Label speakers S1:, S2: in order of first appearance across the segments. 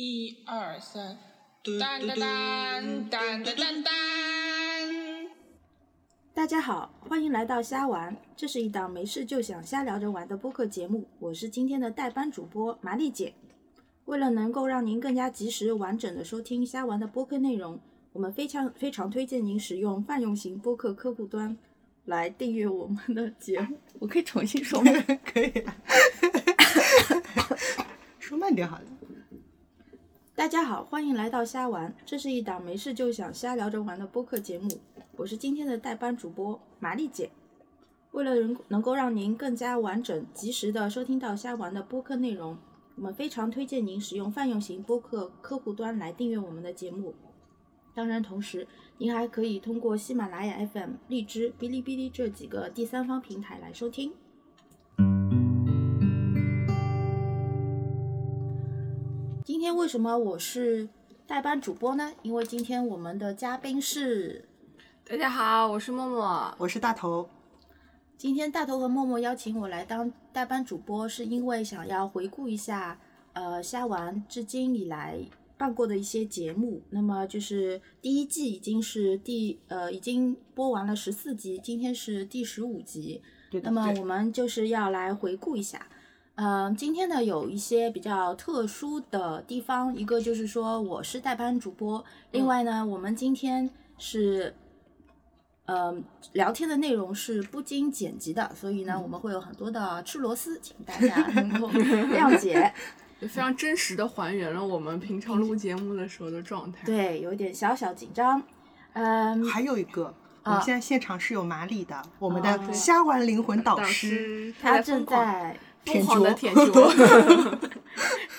S1: 一二三，当当当当当当当。
S2: 大家好，欢迎来到虾玩，这是一档没事就想瞎聊着玩的播客节目，我是今天的代班主播麻丽姐。为了能够让您更加及时、完整的收听虾玩的播客内容，我们非常非常推荐您使用泛用型播客客户端来订阅我们的节目。我可以重新说吗？
S3: 可以、啊，说慢点好了。
S2: 大家好，欢迎来到虾玩，这是一档没事就想瞎聊着玩的播客节目，我是今天的代班主播玛丽姐。为了能能够让您更加完整、及时的收听到虾玩的播客内容，我们非常推荐您使用泛用型播客客户端来订阅我们的节目。当然，同时您还可以通过喜马拉雅 FM、荔枝、哔哩哔哩这几个第三方平台来收听。今天为什么我是代班主播呢？因为今天我们的嘉宾是
S4: 大家好，我是默默。
S3: 我是大头，
S2: 今天大头和默默邀请我来当代班主播，是因为想要回顾一下，呃，虾丸至今以来办过的一些节目。那么就是第一季已经是第呃已经播完了十四集，今天是第十五集。
S3: 对
S2: 那么我们就是要来回顾一下。嗯，今天呢有一些比较特殊的地方，一个就是说我是代班主播，
S4: 嗯
S2: 另外呢，我们今天是，嗯，聊天的内容是不经剪辑的，所以呢，
S4: 嗯
S2: 我们会有很多的吃螺丝，请大 家能够谅解。
S4: 也非常真实的还原了我们平常录节目的时候的状态。
S2: 对，有点小小紧张。 嗯，
S3: 还有一个，我
S2: 啊
S3: 们现在现场是有麻利的，我们
S2: 啊
S3: 的虾丸灵魂导
S4: 导
S3: 师，
S4: 师
S2: 他
S4: 在
S2: 正
S4: 疯狂
S2: 在
S4: 疯
S3: 舔
S4: 狂的
S3: 脚
S4: 舔脚。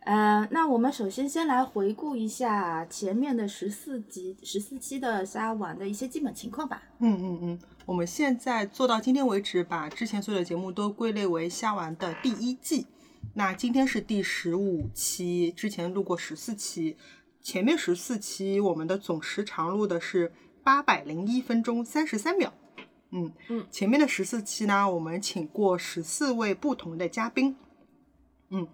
S2: 呃，那我们首先先来回顾一下前面的十四集、十四期的虾丸的一些基本情况吧。
S3: 嗯嗯嗯，我们现在做到今天为止，把之前所有的节目都归类为虾丸的第一季。那今天是第十五期，之前录过十四期，前面十四期我们的总时长录的是八百零一分钟三十三秒。嗯
S4: 嗯
S3: 前面的十四期呢，我们请过十四位不同的嘉宾。嗯，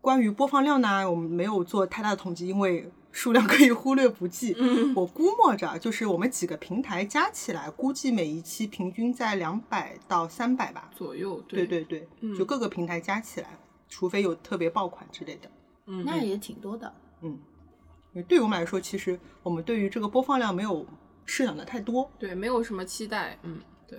S3: 关于播放量呢，我们没有做太大的统计，因为数量可以忽略不计。
S4: 嗯，
S3: 我估摸着，就是我们几个平台加起来，估计每一期平均在两百到三百吧。
S4: 左右
S3: 对
S4: 对，
S3: 对对，
S4: 嗯
S3: 就各个平台加起来，除非有特别爆款之类的。
S4: 嗯，
S2: 那也挺多的。
S3: 嗯，因为对于我们来说，其实我们对于这个播放量没有设想的太多。
S4: 对，没有什么期待。嗯，对，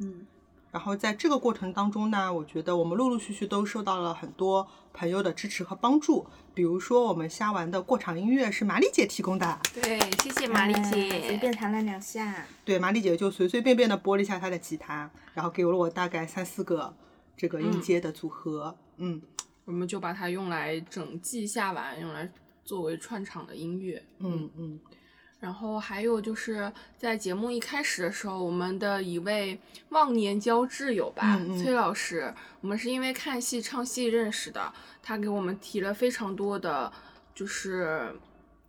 S2: 嗯，
S3: 然后在这个过程当中呢，我觉得我们陆陆续续都受到了很多朋友的支持和帮助。比如说，我们瞎玩的过场音乐是麻丽姐提供的，
S4: 对，谢谢
S2: 哎随便弹了两下。
S3: 对，麻丽姐就随随便便的拨了一下她的吉他，然后给了我大概三四个这个音阶的组合。嗯
S4: 我们就把它用来整季下完，用来作为串场的音乐。
S3: 嗯嗯
S4: 然后还有就是在节目一开始的时候，我们的一位忘年交挚友吧，
S3: 嗯嗯
S4: 崔老师，我们是因为看戏唱戏认识的，他给我们提了非常多的，就是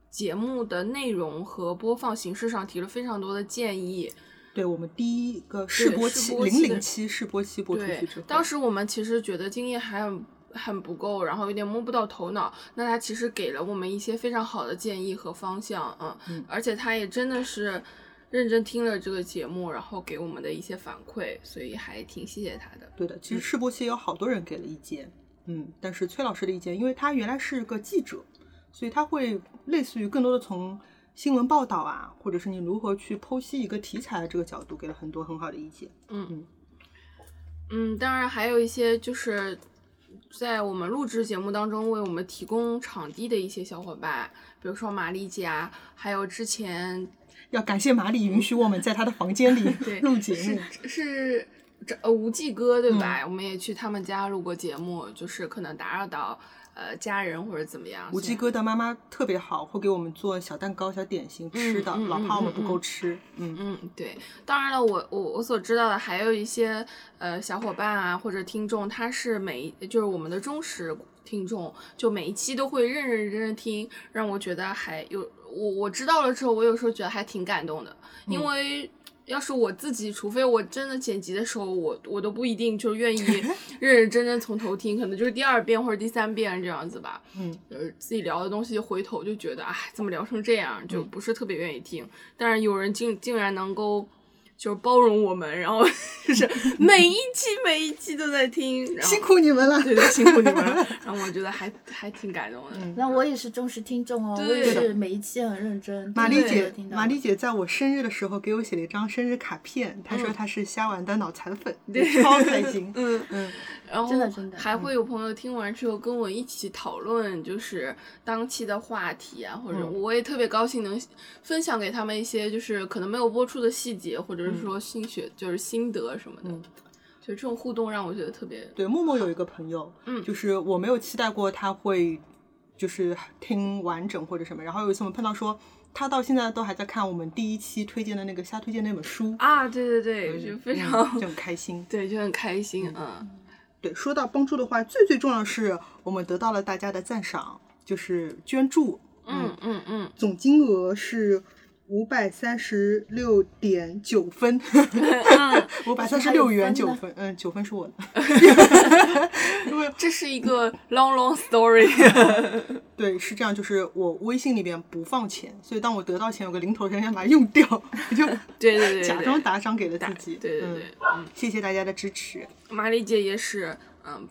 S4: 节目的内容和播放形式上提了非常多的建议。
S3: 对，我们第一个
S4: 是
S3: 试播
S4: 试
S3: 期
S4: 播
S3: 零
S4: 期的
S3: 零期试播期播出去
S4: 对
S3: 之后，，
S4: 当时我们其实觉得经验还很很不够，然后有点摸不到头脑。那他其实给了我们一些非常好的建议和方向，嗯，
S3: 嗯
S4: 而且他也真的是认真听了这个节目，然后给我们的一些反馈，所以还挺谢谢他的。
S3: 对的，其实试播期有好多人给了意见，嗯，但是崔老师的意见，因为他原来是个记者，所以他会类似于更多的从新闻报道啊，或者是你如何去剖析一个题材的这个角度，给了很多很好的意见。
S4: 嗯，当然还有一些就是在我们录制节目当中为我们提供场地的一些小伙伴，比如说玛丽姐啊，还有之前
S3: 要感谢马里允许我们在他的房间里 嗯
S4: 对
S3: 录节目
S4: 是。是这呃无忌哥对吧？我们也去他们家录过节目，就是可能打扰到呃家人或者怎么样。
S3: 无忌
S4: 所以
S3: 哥的妈妈特别好，会给我们做小蛋糕、小点心吃的，
S4: 嗯嗯
S3: 老怕我们
S4: 嗯
S3: 不够吃。嗯，
S4: 嗯，对，当然了，我我我所知道的还有一些呃小伙伴啊或者听众，他是每一就是我们的忠实听众，就每一期都会认认真真听，
S3: 嗯
S4: 让我觉得还有我我知道了之后，我有时候觉得还挺感动的，因为要是我自己，除非我真的剪辑的时候，我我都不一定 就愿意认认真真从头听，可能就是第二遍或者第三遍这样子吧。
S3: 嗯，
S4: 呃，自己聊的东西回头就觉得，哎，怎么聊成这样，
S3: 嗯
S4: 就不是特别愿意听。但是有人竟竟然能够就是包容我们，然后 就是每一期每一期都在听，然后
S3: 辛苦你们了。
S4: 对对，辛苦你们了。然后我觉得还还挺感动的。
S3: 嗯
S2: 那我也是忠实听众哦，
S4: 对
S2: 我也是每一期很认真。
S3: 玛
S2: 真
S3: 丽
S2: 的有
S3: 姐，
S2: 听到
S3: 玛丽姐在我生日的时候给我写了一张生日卡片，她
S4: 嗯
S3: 说她是虾丸的脑残粉， 超开心。嗯嗯，
S4: 然后
S2: 真的真的
S4: 还会有朋友听完之后跟我一起讨论，就是当期的话题啊，或者
S3: 嗯
S4: 我也特别高兴能分享给他们一些就是可能没有播出的细节，或者是说心血就是心得什么的。
S3: 嗯
S4: 就这种互动让我觉得特别
S3: 对，默默有一个朋友，
S4: 嗯
S3: 就是我没有期待过他会就是听完整或者什么，然后有一次我们碰到说，他到现在都还在看我们第一期推荐的那个瞎推荐那本书，
S4: 啊，对对对，
S3: 嗯
S4: 就非常、
S3: 嗯就很开心。
S4: 对，就很开心嗯
S3: 对，说到帮助的话，最最重要的是我们得到了大家的赞赏，就是捐助，
S4: 嗯嗯嗯，
S3: 总金额是五百三十六点九分， 五百三十六元九分，嗯，九分是我的。
S4: 这是一个 long long story。
S3: 对，是这样，就是我微信里边不放钱，所以当我得到钱有个零头时，先把它用掉，我就
S4: 对对对对
S3: 假装打赏给了自己。
S4: 对对
S3: 嗯
S4: 对，
S3: 谢谢大家的支持。
S4: 玛丽姐也是，嗯，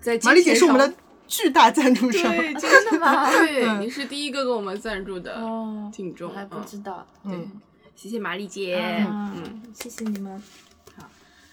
S4: 在
S3: 马丽姐
S4: 金钱
S3: 是我们
S4: 上
S3: 的巨大赞助商，
S4: 对，
S2: 啊
S4: 就
S2: 真的 吗？
S4: 对，
S3: 嗯
S4: 你是第一个给我们赞助的
S2: 哦，
S4: 听众，
S2: 我还不
S4: 嗯
S2: 知道。
S4: 对，谢谢玛丽姐，
S2: 啊
S4: 嗯，
S2: 谢谢你们。好，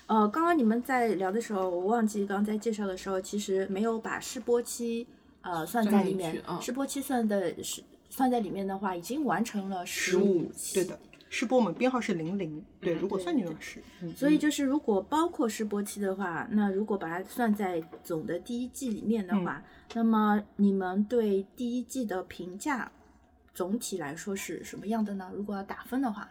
S2: 呃，刚刚你们在聊的时候，我忘记刚才介绍的时候，其实没有把试播期呃算在里
S4: 算进
S2: 面
S4: 去。啊
S2: 试播期算的是算在里面的话，已经完成了
S3: 十
S2: 十
S3: 五，
S2: 期。
S3: 对的，试播我们编号是零零，对，
S4: 嗯
S3: 如果
S2: 对
S3: 算进
S2: 对
S3: 来是，嗯
S2: 所以就是，如果包括试播期的话，那如果把它算在总的第一季里面的
S4: 嗯
S2: 话，那么你们对第一季的评价总体来说是什么样的呢？如果要打分的话，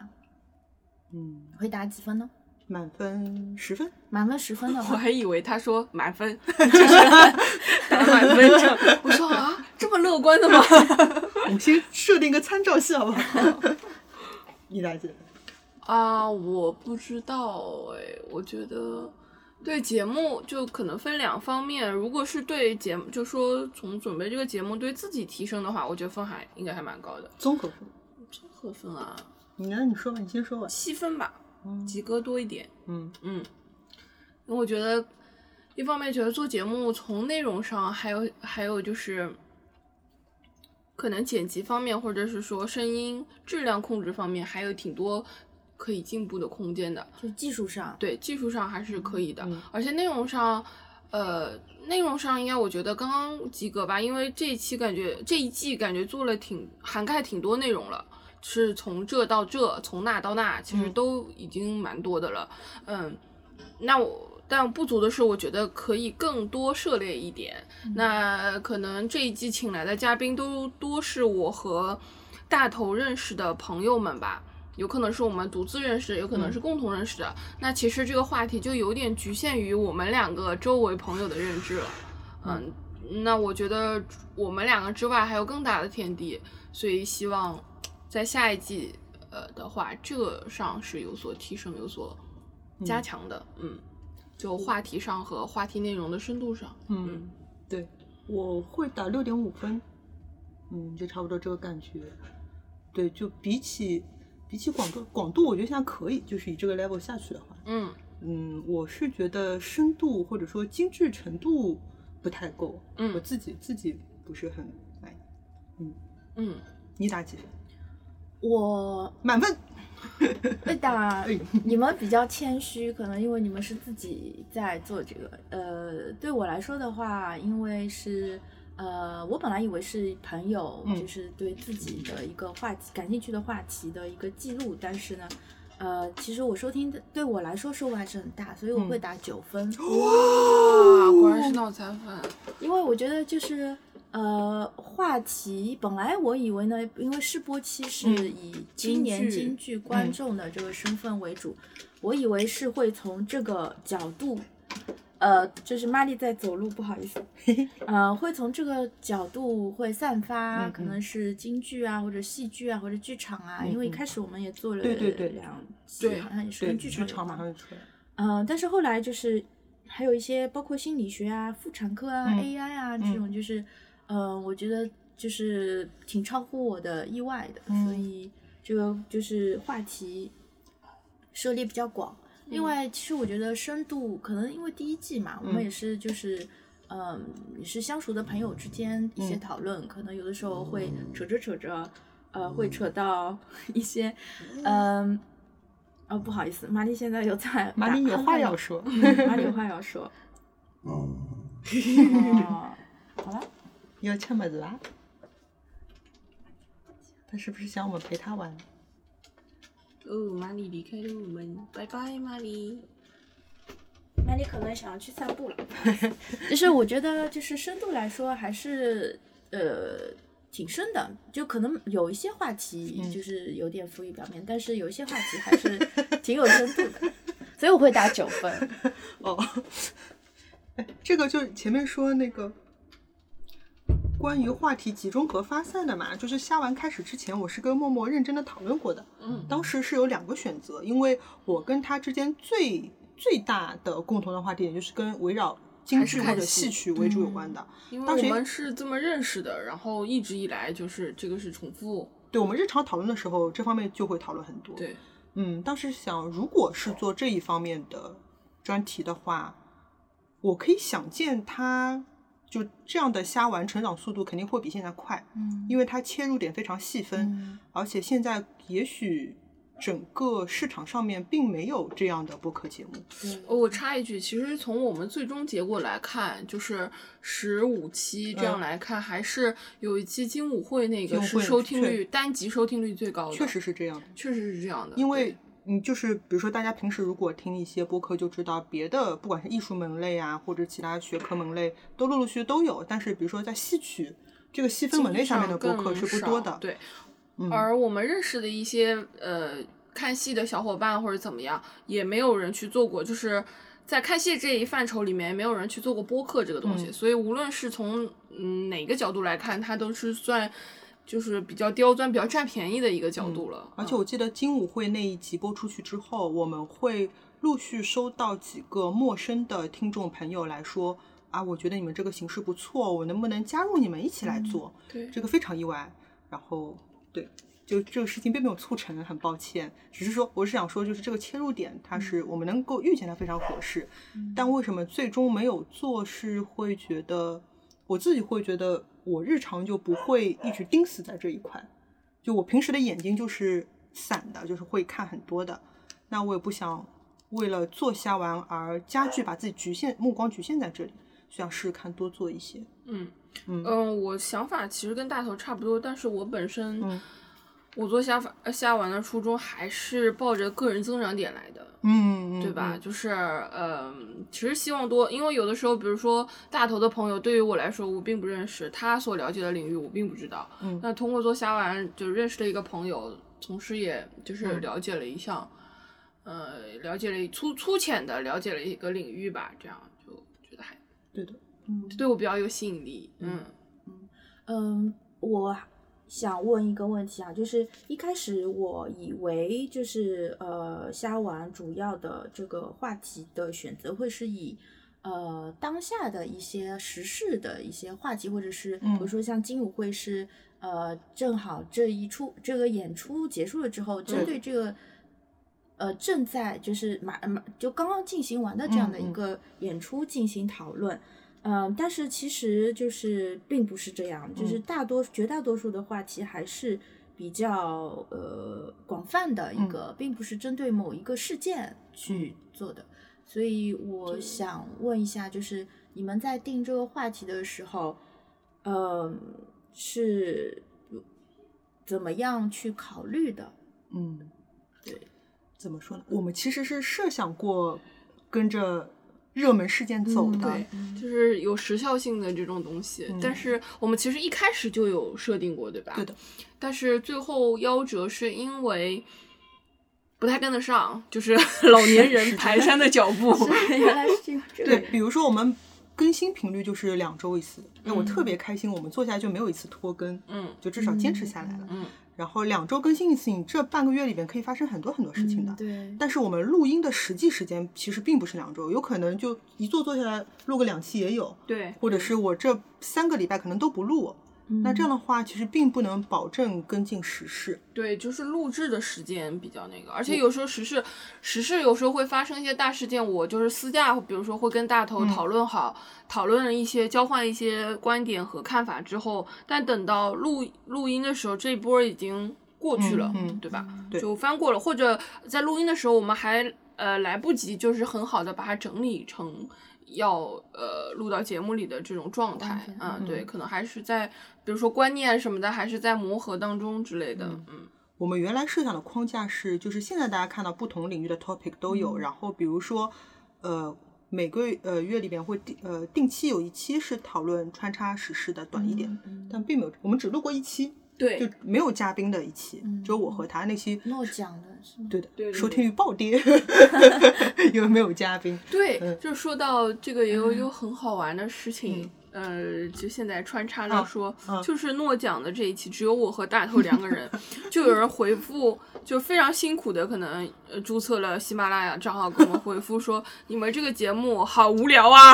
S3: 嗯，
S2: 会打几分呢？
S3: 满分十分，
S2: 满分十分的
S4: 我
S2: 话，
S4: 还以为他说满 分，就是打满分这样， 我说啊，这么乐观的吗？
S3: 我们先设定一个参照系好不好？ 你来姐，
S4: 啊，我不知道哎，我觉得对节目就可能分两方面，如果是对节目，就说从准备这个节目对自己提升的话，我觉得分还应该还蛮高的，
S3: 综合分，
S4: 综合分啊，
S3: 你来你说吧，你先说吧。
S4: 七分吧，
S3: 嗯
S4: 及格多一点。
S3: 嗯
S4: 嗯，因为我觉得一方面觉得做节目从内容上，还有还有就是可能剪辑方面，或者是说声音质量控制方面，还有挺多可以进步的空间的。
S2: 就是技术上，
S4: 对，技术上还是可以的，
S3: 嗯
S4: 而且内容上。呃，内容上应该我觉得刚刚及格吧，因为这一期感觉这一季感觉做了挺涵盖挺多内容了，是从这到这，从那到那，其实
S3: 嗯
S4: 都已经蛮多的了。嗯，那我但不足的是，我觉得可以更多涉猎一点。
S3: 嗯
S4: 那可能这一季请来的嘉宾都多是我和大头认识的朋友们吧。有可能是我们独自认识的，有可能是共同认识的。那其实这个话题就有点局限于我们两个周围朋友的认知了。嗯，那我觉得我们两个之外还有更大的天地，所以希望在下一季呃的话，这个上是有所提升、有所加强的。嗯，就话题上和话题内容的深度上。
S3: 嗯，对，我会打六点五分，嗯，就差不多这个感觉。对，就比起比起广度，广度我觉得现在可以，就是以这个 level 下去的话，
S4: 嗯
S3: 嗯，我是觉得深度或者说精致程度不太够，
S4: 嗯
S3: 我自己自己不是很满意。
S4: 嗯，
S3: 你打几分？
S2: 我
S3: 满分。
S2: 会打
S3: 哎，
S2: 你们比较谦虚，可能因为你们是自己在做这个。呃，对我来说的话，因为是呃，我本来以为是朋友，
S3: 嗯
S2: 就是对自己的一个话题感兴趣的话题的一个记录，但是呢。呃，其实我收听的对我来说收获还是很大，所以我会
S3: 嗯
S2: 打九分。
S4: 哇，啊果然是脑残粉。
S2: 因为我觉得就是呃，话题本来我以为呢，因为试播期是
S3: 嗯
S2: 以
S3: 京
S2: 今年
S3: 剧
S2: 京剧观
S3: 嗯
S2: 众的这个身份为主，我以为是会从这个角度。呃，就是玛丽在走路，不好意思，呃，会从这个角度会散发，
S3: 嗯
S2: 可
S3: 嗯
S2: 能是京剧啊，或者戏剧啊，或者剧场啊，
S3: 嗯
S2: 因为一
S3: 嗯
S2: 开始我们也做了
S3: 对对对
S2: 两集
S4: 对
S2: 好像也是
S3: 对，
S2: 跟剧场
S3: 剧
S2: 有
S3: 场马
S2: 关
S3: 上就出来了。
S2: 嗯，但是后来就是还有一些包括心理学啊、妇产科啊、
S3: 嗯
S2: AI 啊这种，就是，呃，我觉得就是挺超乎我的意外的，所
S3: 嗯
S2: 以这个就是话题涉猎比较广。另外，其实我觉得深度可能因为第一季嘛，我
S3: 嗯嗯
S2: 们也是就是。嗯，也是相熟的朋友之间一些
S3: 嗯
S2: 讨论，可能有的时候会扯着扯着，呃，会扯到 一些，嗯，哦，不好意思，玛丽现在有在
S3: 玛
S2: 打
S3: 丽有
S2: 鼾
S3: 话
S2: 在
S3: 要
S2: 呢
S3: 说，
S2: 嗯马里有话要说。 哦，好了，
S3: 要吃么子啦？他是不是想我们陪他玩？
S4: 哦，玛丽离开了我们，拜拜，玛丽。
S2: 马里可能想要去散步了。就是我觉得，就是深度来说，还是呃挺深的。就可能有一些话题
S3: 嗯
S2: 就是有点浮于表面，但是有一些话题还是挺有深度的。所以我会打九分。
S3: 哦，哎这个就是前面说那个关于话题集中和发散的嘛，就是虾丸开始之前，我是跟默默认真的讨论过的。
S4: 嗯，
S3: 当时是有两个选择，因为我跟他之间最最大的共同的话题点就是跟围绕京
S4: 还是
S3: 剧或
S4: 看
S3: 者
S4: 戏
S3: 戏曲为主有关的。
S4: 因为
S3: 当
S4: 我
S3: 时
S4: 们是这么认识的，然后一直以来就是这个是重复，
S3: 对我们日常讨论的时候，这方面就会讨论很多。，
S4: 对，
S3: 嗯，当时想，如果是做这一方面的专题的话，我可以想见它就这样的虾丸成长速度肯定会比现在快，
S2: 嗯
S3: 因为它切入点非常细分，而且现在也许整个市场上面并没有这样的播客节目。
S4: 哦，我插一句，其实从我们最终结果来看，就是十五期这样
S3: 嗯
S4: 来看，还是有一期金舞会那
S3: 金
S4: 个
S3: 舞
S4: 是
S3: 会
S4: 收听
S3: 确
S4: 率单集收听率最高的，
S3: 确实是这样的，
S4: 确实是这样的，
S3: 因为
S4: 对
S3: 你就是比如说，大家平时如果听一些播客，就知道别的不管是艺术门类啊，或者其他学科门类，都陆陆续续都有。但是比如说在戏曲这个细分门类上面的播客是不多的。
S4: 对，
S3: 嗯
S4: 而我们认识的一些呃看戏的小伙伴或者怎么样，也没有人去做过，就是。在看戏这一范畴里面，没有人去做过播客这个东西，
S3: 嗯
S4: 所以无论是从嗯哪个角度来看，它都是算就是比较刁钻、比较占便宜的一个角度了。
S3: 嗯
S4: 嗯
S3: 而且我记得金舞会那一集播出去之后，我们会陆续收到几个陌生的听众朋友来说啊，我觉得你们这个形式不错，我能不能加入你们一起来做？
S4: 对
S3: 这个非常意外。然后对，就这个事情并没有促成，很抱歉。只是说，我是想说，就是这个切入点，它是我们能够预见它非常合适，但为什么最终没有做，是会觉得我自己会觉得我日常就不会一直盯死在这一块，就我平时的眼睛就是散的，就是会看很多的。那我也不想为了做虾丸而加剧把自己局限目光局限在这里，想试试看多做一些。
S4: 嗯
S3: 嗯
S4: 嗯，我想法其实跟大头差不多，但是我本身、
S3: 嗯
S4: 我做虾法呃虾丸的初衷还是抱着个人增长点来的。
S3: 嗯，
S4: 对吧？
S3: 嗯
S4: 就是，嗯、其实希望多，因为有的时候，比如说大头的朋友，对于我来说，我并不认识，他所了解的领域我并不知道。
S3: 嗯
S4: 那通过做虾丸，就认识了一个朋友，同时也就是
S3: 嗯
S4: 了解了一项，呃，了解了粗粗浅的了解了一个领域吧，这样就觉得还
S3: 对的，嗯
S4: 对我比较有吸引力。嗯
S2: 嗯，我想问一个问题啊，就是一开始我以为就是呃，虾丸主要的这个话题的选择会是以。呃，当下的一些时事的一些话题，或者是比如
S3: 嗯
S2: 说像金舞会是，呃，正好这一出这个演出结束了之后，针
S3: 对
S2: 对这个，呃，正在就是马马就刚刚进行完的这样的
S3: 嗯
S2: 一
S3: 嗯
S2: 个演出进行讨论，嗯，但是其实就是并不是这样，就是大多、绝大多数的话题还是比较呃广泛的一
S3: 嗯
S2: 个，并不是针对某一个事件去做的。所以我想问一下，就是你们在定这个话题的时候，呃，是怎么样去考虑的？
S3: 嗯，
S2: 对，
S3: 怎么说呢？我们其实是设想过跟着热门事件走
S4: 嗯
S3: 的，
S4: 对就是有时效性的这种东西。
S3: 嗯
S4: 但是我们其实一开始就有设定过，对吧？
S3: 对的。
S4: 但是最后夭折是因为。不太跟得上，就是 老年人蹒跚的脚步。
S2: 原来是这样，
S3: 对，比如说我们更新频率就是两周一次，那我特别开心，我们做下来就没有一次拖更，
S4: 嗯，
S3: 就至少坚持下来了。
S4: 嗯嗯
S3: 然后两周更新一次，你这半个月里边可以发生很多很多事情的。
S2: 嗯对，
S3: 但是我们录音的实际时间其实并不是两周，有可能就一做做下来录个两期也有，
S4: 对，
S3: 或者是我这三个礼拜可能都不录。
S2: 嗯
S3: 那这样的话，其实并不能保证跟进时事。
S4: 对，就是录制的时间比较那个，而且有时候时事，时事有时候会发生一些大事件，我就是私下，比如说会跟大
S3: 嗯
S4: 头讨论好，讨论了一些，交换一些观点和看法之后，但等到录录音的时候，这一波已经过去了，
S3: 嗯嗯
S4: 对吧？
S3: 对
S4: 就翻过了，或者在录音的时候，我们还呃来不及，就是很好的把它整理成要呃录到节目里的这种状态
S2: 状态
S4: 啊、
S3: 嗯
S4: 对，可能还是在比如说观念什么的，还是在磨合当中之类的，
S3: 嗯
S4: 嗯
S3: 我们原来设想的框架是，就是现在大家看到不同领域的 topic 都有，然后比如说，呃，每个月呃月里边会定呃定期有一期是讨论穿插时事的，啊短一点，
S2: 嗯
S3: 但并没有，我们只录过一期，
S4: 对
S3: 就没有嘉宾的一期，
S2: 嗯
S3: 只有我和他那期，
S2: 诺奖的是吗？
S3: 对的，
S4: 对对
S3: 收
S4: 对
S3: 听率暴跌，因为没有嘉宾，
S4: 对，
S3: 嗯
S4: 就是说到这个也有一个很好玩的事情，呃，就现在穿插
S3: 嗯
S4: 着
S3: 啊
S4: 说，
S3: 啊
S4: 就是诺奖的这一期，只有我和大头两 个人，就有人回复，就非常辛苦的，可能呃注册了喜马拉雅账号给我们回复说，你们这个节目好无聊啊，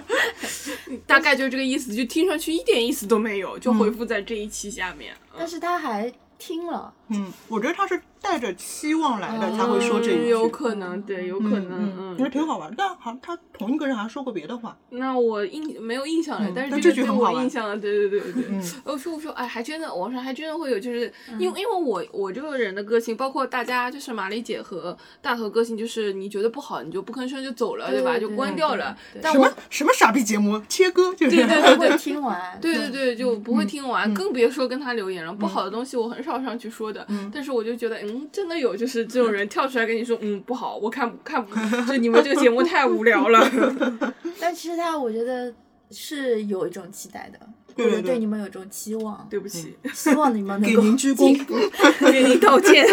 S4: 大概就是这个意思，就听上去一点意思都没有，就
S3: 嗯
S4: 回复在这一期下面。
S2: 但是他还听了，
S3: 嗯，我觉得他是带着期望来的才会说这一
S4: 嗯
S3: 句，
S4: 有可能，对，有
S3: 嗯
S4: 可能，
S3: 嗯，觉得挺好玩，但好像他同一个人好像说过别的话，
S4: 那我印没有印象了，
S3: 嗯
S4: 但是
S3: 但
S4: 这
S3: 这句
S4: 对
S3: 很好
S4: 我
S3: 玩
S4: 印象了，对对对对对
S3: 嗯。
S4: 我说我说，哎，还真的，网上还真的会有，就是因为因为我我这个人的个性，包括大家就是玛丽姐和大头个性，就是你觉得不好，你就不吭声就走了，
S2: 对
S4: 吧？
S2: 对
S4: 就
S2: 对
S3: 对
S4: 关掉了
S2: 对。
S4: 但
S3: 什
S4: 我
S3: 么什么傻逼节目啊切割，就是
S4: 对对
S2: 他
S4: 对
S2: 会听完，
S4: 对对对，就不会听完，
S3: 嗯
S4: 更别说跟他留言了。不好的东西我很少上去说的，但是我就觉得，嗯，真的有就是这种人跳出来跟你说，嗯，不好，我看看不，就你们这个节目太无聊了。
S2: 但其实他我觉得是有一种期待的，
S3: 对对
S2: 或者
S3: 对
S2: 对你们有一种期望，
S4: 对不起，
S2: 希望 你们能
S3: 给
S2: 够
S3: 您鞠躬
S2: 进步。
S4: 给您道歉。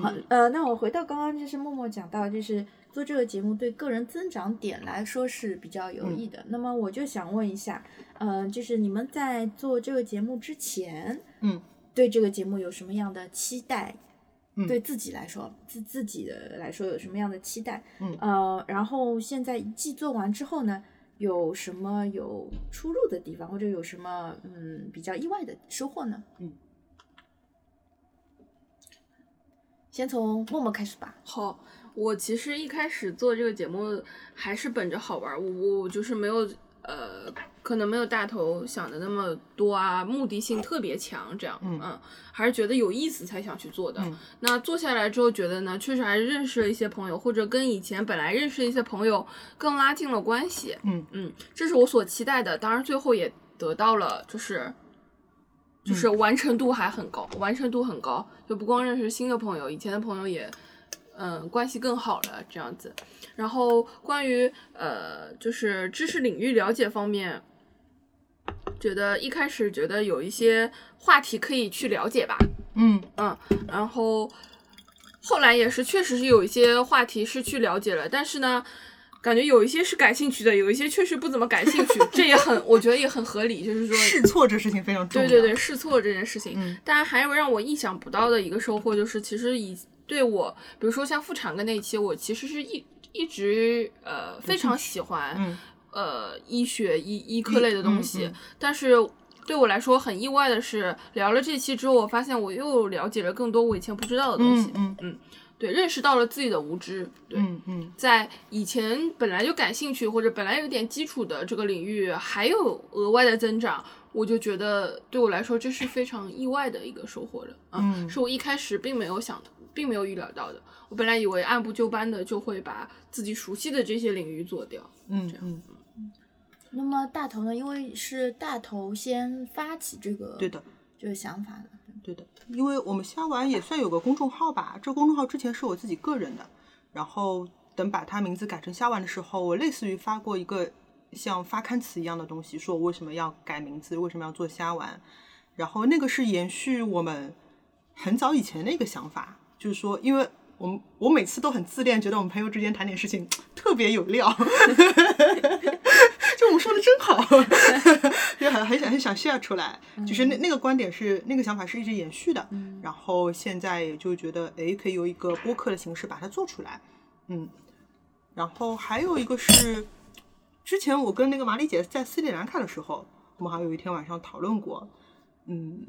S2: 好，
S3: 嗯
S2: 呃，那我回到刚刚就是默默讲到，就是做这个节目对个人增长点来说是比较有
S3: 嗯
S2: 益的。那么我就想问一下，呃，就是你们在做这个节目之前，
S3: 嗯，
S2: 对这个节目有什么样的期待？
S3: 嗯
S2: 对自己来说，自自己的来说有什么样的期待？
S3: 嗯
S2: 呃，然后现在一季做完之后呢，有什么有出入的地方，或者有什么嗯比较意外的收获呢？
S3: 嗯，
S2: 先从默默开始吧。
S4: 好，我其实一开始做这个节目还是本着好玩儿，我我我就是没有呃，可能没有大头想的那么多啊，目的性特别强，这样，
S3: 嗯
S4: 还是觉得有意思才想去做的。
S3: 嗯
S4: 那做下来之后，觉得呢，确实还是认识了一些朋友，或者跟以前本来认识的一些朋友更拉近了关系。
S3: 嗯
S4: 嗯，这是我所期待的，当然最后也得到了，就是。就是完成度还很高，完成度很高，就不光认识新的朋友，以前的朋友也，嗯，关系更好了这样子。然后关于呃，就是知识领域了解方面，觉得一开始觉得有一些话题可以去了解吧，
S3: 嗯
S4: 然后后来也是确实是有一些话题是去了解了，但是呢。感觉有一些是感兴趣的，有一些确实不怎么感兴趣，这也很，我觉得也很合理，就是说，
S3: 试错这事情非常重
S4: 对
S3: 要。
S4: 对对，试错这件事情。
S3: 嗯
S4: 但还有让我意想不到的一个收获，就是其实以对我，比如说像妇产科那一期，我其实是一一直呃非常喜欢，
S3: 嗯
S4: 呃医学医医科类的东西，
S3: 嗯嗯
S4: 但是。对我来说很意外的是，聊了这期之后，我发现我又了解了更多我以前不知道的东西
S3: 嗯，嗯
S4: 对，认识到了自己的无知，对，
S3: 嗯嗯
S4: 在以前本来就感兴趣或者本来有点基础的这个领域，还有额外的增长，我就觉得对我来说这是非常意外的一个收获了啊，
S3: 嗯
S4: 是我一开始并没有想，并没有预料到的。我本来以为按部就班的就会把自己熟悉的这些领域做掉，
S3: 嗯嗯，
S2: 那么大头呢？因为是大头先发起这个，
S3: 对的，
S2: 这个想法的。
S3: 对的，因为我们虾丸也算有个公众号吧，这公众号之前是我自己个人的，然后等把它名字改成虾丸的时候，我类似于发过一个像发刊词一样的东西，说我为什么要改名字，为什么要做虾丸，然后那个是延续我们很早以前的一个想法，就是说，因为我们我每次都很自恋，觉得我们朋友之间谈点事情特别有料， 就我们说的真好， 就很很想很想 share 出来。就是那那个观点是那个想法是一直延续的，然后现在也就觉得诶可以用一个播客的形式把它做出来，嗯，然后还有一个是。之前我跟那个玛丽姐在斯里兰卡的时候，我们好像有一天晚上讨论过，嗯，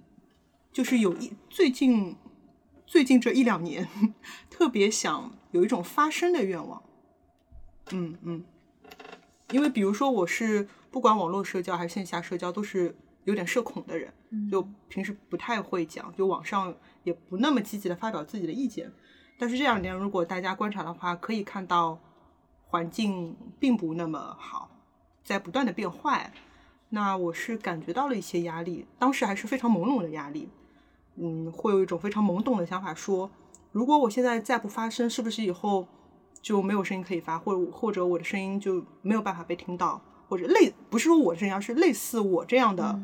S3: 就是有一最近最近这一两年， 特别想有一种发声的愿望，嗯嗯，因为比如说我是不管网络社交还是线下社交，都是有点社恐的人，就平时不太会讲，就网上也不那么积极的发表自己的意见，但是这两年如果大家观察的话，可以看到。环境并不那么好，在不断的变坏。那我是感觉到了一些压力，当时还是非常朦胧的压力。嗯，会有一种非常懵懂的想法说，如果我现在再不发声，是不是以后就没有声音可以发，或者我或者我的声音就没有办法被听到，或者类不是说我这样，啊是类似我这样的、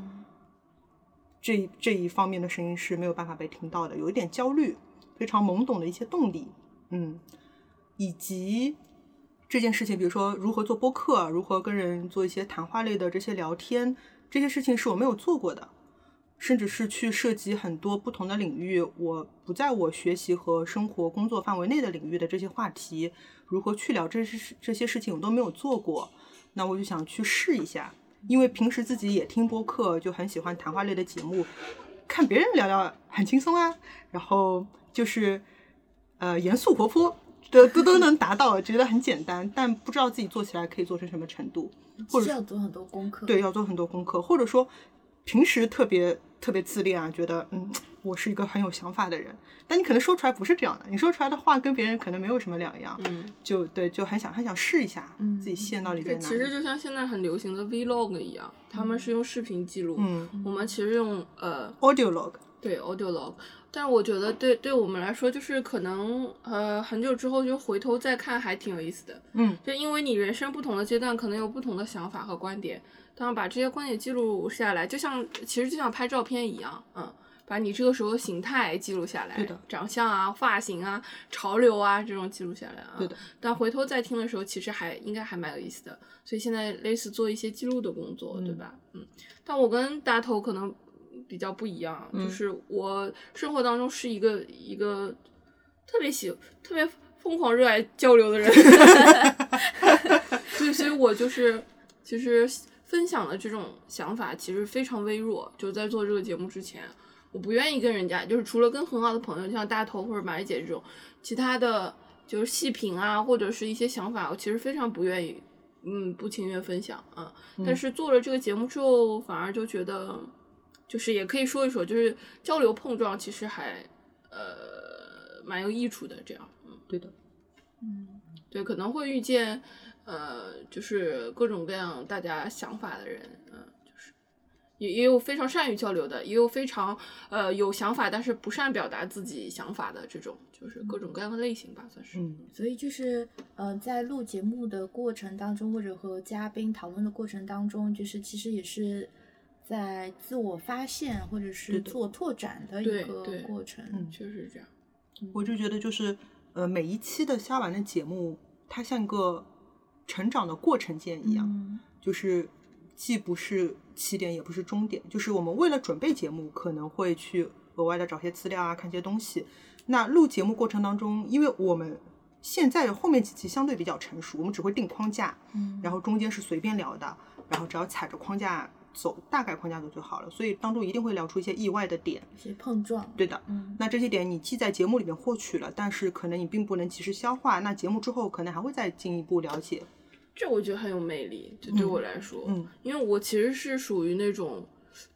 S3: 这一这一方面的声音是没有办法被听到的，有一点焦虑，非常懵懂的一些动力。嗯，以及这件事情，比如说如何做播客，啊如何跟人做一些谈话类的这些聊天，这些事情是我没有做过的，甚至是去涉及很多不同的领域，我不在我学习和生活工作范围内的领域的这些话题，如何去聊这些这些事情我都没有做过，那我就想去试一下，因为平时自己也听播客，就很喜欢谈话类的节目，看别人聊聊很轻松啊，然后就是呃严肃活泼，都都都能达到，觉得很简单，但不知道自己做起来可以做成什么程度，或者
S5: 是要做很多功
S4: 嗯
S5: 课。
S3: 对，要做很多功课，或者说平时特别特别自恋啊，觉得嗯，我是一个很有想法的人，但你可能说出来不是这样的，你说出来的话跟别人可能没有什么两样，
S4: 嗯，
S3: 就对，就很想很想试一下，自己线到底在
S4: 对，
S3: 哪里。
S4: 其实就像现在很流行的 vlog 一样，他们是用视频记录，
S3: 嗯
S4: 我们其实用呃
S3: ，audio log，
S4: 对 audio log，但是我觉得对对我们来说，就是可能呃很久之后就回头再看，还挺有意思的。
S3: 嗯，
S4: 就因为你人生不同的阶段，可能有不同的想法和观点，当然把这些观点记录下来，就像其实就像拍照片一样，嗯，把你这个时候的形态记录下来，
S3: 对的
S4: 长相啊、发型啊、潮流啊这种记录下来啊，
S3: 对的。
S4: 但回头再听的时候，其实还应该还蛮有意思的，所以现在类似做一些记录的工作，对吧？嗯，但我跟大头可能比较不一样，就是我生活当中是一个一个特别喜特别疯狂热爱交流的人， 所以所以我就是其实分享的这种想法其实非常微弱，就在做这个节目之前。我不愿意跟人家，就是除了跟很好的朋友，像大头或者玛丽姐这种，其他的就是细评啊，或者是一些想法，我其实非常不愿意，嗯，不情愿分享啊。
S3: 嗯
S4: 但是做了这个节目之后，反而就觉得，就是也可以说一说，就是交流碰撞，其实还呃蛮有益处的。这样，嗯，
S3: 对的，
S5: 嗯
S4: 对，可能会遇见，呃，就是各种各样大家想法的人，嗯、就是也也有非常善于交流的，也有非常呃有想法但是不善表达自己想法的这种，就是各种各样的类型吧，算是。
S3: 嗯
S5: 所以就是，呃，在录节目的过程当中，或者和嘉宾讨论的过程当中，就是其实也是在自我发现或者
S3: 对
S5: 是
S3: 的
S5: 自我拓展的一
S4: 对
S5: 个
S4: 对
S5: 过程。
S3: 嗯
S4: 确实是这样。
S3: 我就觉得就是呃，每一期的虾丸的节目，它像一个成长的过程线一样，
S5: 嗯
S3: 就是既不是起点，也不是终点，就是我们为了准备节目，可能会去额外的找些资料啊，看些东西。那录节目过程当中，因为我们现在的后面几期相对比较成熟，我们只会定框架，
S5: 嗯
S3: 然后中间是随便聊的，然后只要踩着框架走，大概框架走就好了。所以当中一定会聊出一些意外的点，
S5: 嗯一些碰撞。
S3: 对的。
S5: 嗯
S3: 那这些点你既在节目里面获取了，但是可能你并不能及时消化。那节目之后可能还会再进一步了解。
S4: 这我觉得很有魅力，就对我来说，
S3: 嗯
S4: 因为我其实是属于那种，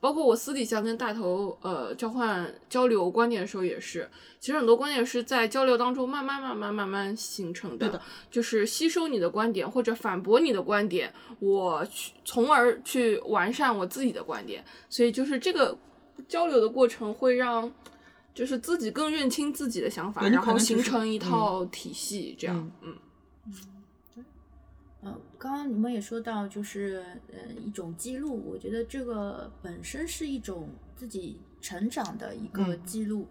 S4: 包括我私底下跟大头呃交换交流观点的时候也是，其实很多观点是在交流当中慢慢慢慢慢慢形成的，
S3: 对的
S4: 就是吸收你的观点或者反驳你的观点，我去从而去完善我自己的观点，所以就是这个交流的过程会让。就是自己更认清自己的想法，
S3: 对你
S4: 然
S3: 可
S4: 后
S3: 能就
S4: 形
S3: 是
S4: 成一
S3: 嗯
S4: 套体系，这样，嗯，
S5: 呃，刚刚你们也说到，就是呃一种记录，我觉得这个本身是一种自己成长的一个
S3: 嗯
S5: 记录。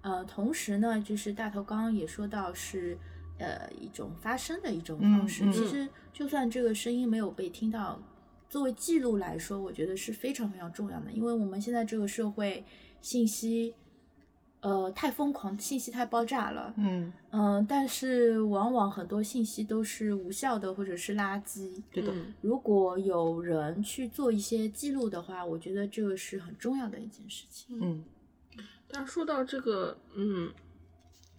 S2: 呃，同时呢，就是大头刚刚也说到是呃一种发声的一种
S3: 嗯
S2: 方式。
S3: 嗯
S2: 其实就算这个声音没有被听到，作为记录来说，我觉得是非常非常重要的，因为我们现在这个社会信息。呃，太疯狂，信息太爆炸了。
S3: 嗯，
S2: 嗯，但是往往很多信息都是无效的，或者是垃圾。
S3: 对的，
S4: 嗯
S2: 如果有人去做一些记录的话，我觉得这个是很重要的一件事情。
S3: 嗯
S4: 但是说到这个，嗯，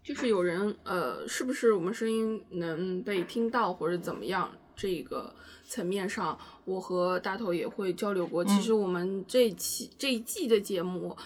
S4: 就是有人呃，是不是我们声音能被听到或者怎么样？这个层面上，我和大头也会交流过。其实
S3: 嗯
S4: 我们这一期这一季的节目，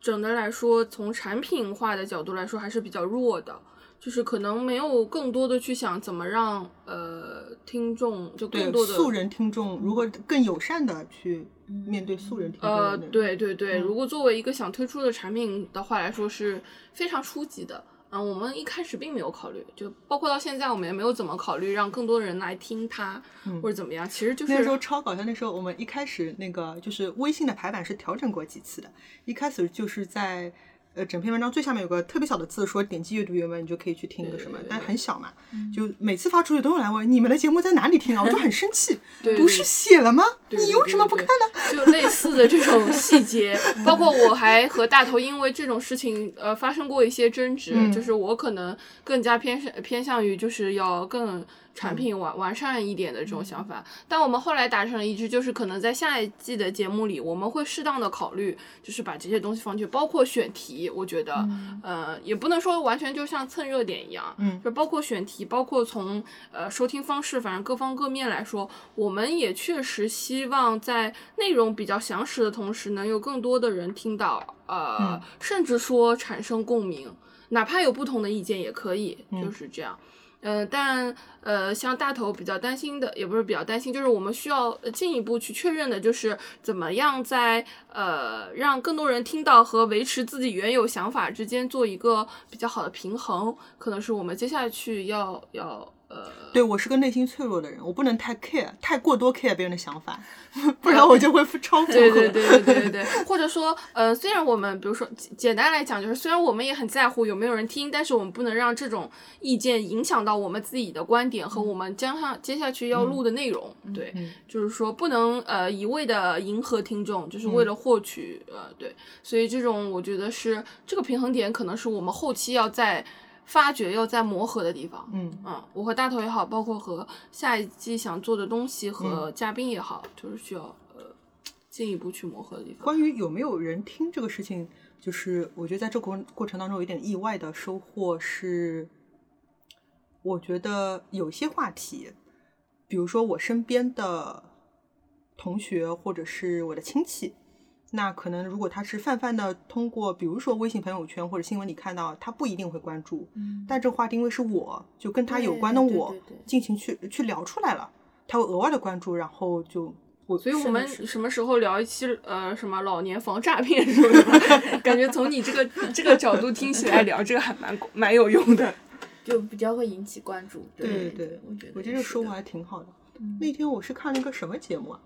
S4: 整的来说，从产品化的角度来说还是比较弱的，就是可能没有更多的去想怎么让呃听众就更
S3: 对
S4: 多的嗯
S3: 素人听众如何更友善的去
S2: 嗯
S3: 面对素人听众的
S4: 呃，
S3: 那个
S4: 对对对，
S3: 嗯
S4: 如果作为一个想推出的产品的话来说，是非常初级的。嗯，我们一开始并没有考虑，就包括到现在，我们也没有怎么考虑让更多人来听它、
S3: 嗯
S4: 或者怎么样。其实就是
S3: 那时候超搞笑，那时候我们一开始那个就是微信的排版是调整过几次的，一开始就是在呃整篇文章最下面有个特别小的字说点击阅读原文，你就可以去听一个什么
S4: 对对，对
S3: 但很小嘛
S2: 嗯，
S3: 就每次发出去都有人来问你们的节目在哪里听啊，我就很生气，
S4: 对嗯
S3: 不是写了吗？
S4: 对对
S3: 你为什么不看
S4: 对
S3: 呢？
S4: 就类似的这种 细节，包括我还和大头因为这种事情呃发生过一些争执，
S3: 嗯
S4: 就是我可能更加偏向偏向于就是要更产品完、完善一点的
S3: 嗯
S4: 这种想法，但我们后来达成了一致，就是可能在下一季的节目里，我们会适当的考虑，就是把这些东西放进去，包括选题，我觉得、呃也不能说完全就像蹭热点一样，
S3: 嗯
S4: 就包括选题，包括从呃收听方式，反正各方各面来说，我们也确实希望在内容比较详实的同时，能有更多的人听到，呃，
S3: 嗯
S4: 甚至说产生共鸣，哪怕有不同的意见也可以，
S3: 嗯
S4: 就是这样。呃，但呃，像大头比较担心的，也不是比较担心，就是我们需要呃进一步去确认的，就是怎么样在呃让更多人听到和维持自己原有想法之间做一个比较好的平衡，可能是我们接下去要要呃，
S3: 对我是个内心脆弱的人，我不能太 care，太过多 care 别人的想法， 不然我就会超负荷。
S4: 对对对对对对对，或者说，呃，虽然我们比如说简简单来讲，就是虽然我们也很在乎有没有人听，但是我们不能让这种意见影响到我们自己的观点和我们将上接下去要录的内容。对，
S3: 嗯
S4: 就是说不能呃一味的迎合听众，就是为了获取、呃对，所以这种我觉得是这个平衡点，可能是我们后期要在发掘、要在磨合的地方。
S3: 嗯，
S4: 嗯，我和大头也好，包括和下一季想做的东西和嘉宾也好，就是需要呃进一步去磨合的地方。
S3: 关于有没有人听这个事情，就是我觉得在这过过程当中有一点意外的收获是，我觉得有些话题，比如说我身边的同学或者是我的亲戚，那可能如果他是泛泛的通过，比如说微信朋友圈或者新闻里看到，他不一定会关注，
S2: 嗯
S3: 但这个话题因为是我就跟他有关的
S2: 对对
S3: 我
S2: 对对
S3: 进行去去聊出来了，他会额外的关注，然后就我
S4: 所以我
S2: 的
S4: 们
S2: 是的
S4: 什么时候聊一期呃什么老年防诈骗什么的？ 感觉从你这个这个角度听起来聊这个还蛮蛮有用的。
S2: 就比较会引起关注。
S3: 对
S2: 对
S3: 对
S2: 我觉得
S3: 我觉得这
S2: 也
S3: 个
S2: 是
S3: 收
S2: 的
S3: 获还挺好的。
S2: 嗯
S3: 那天我是看了一个什么节目啊？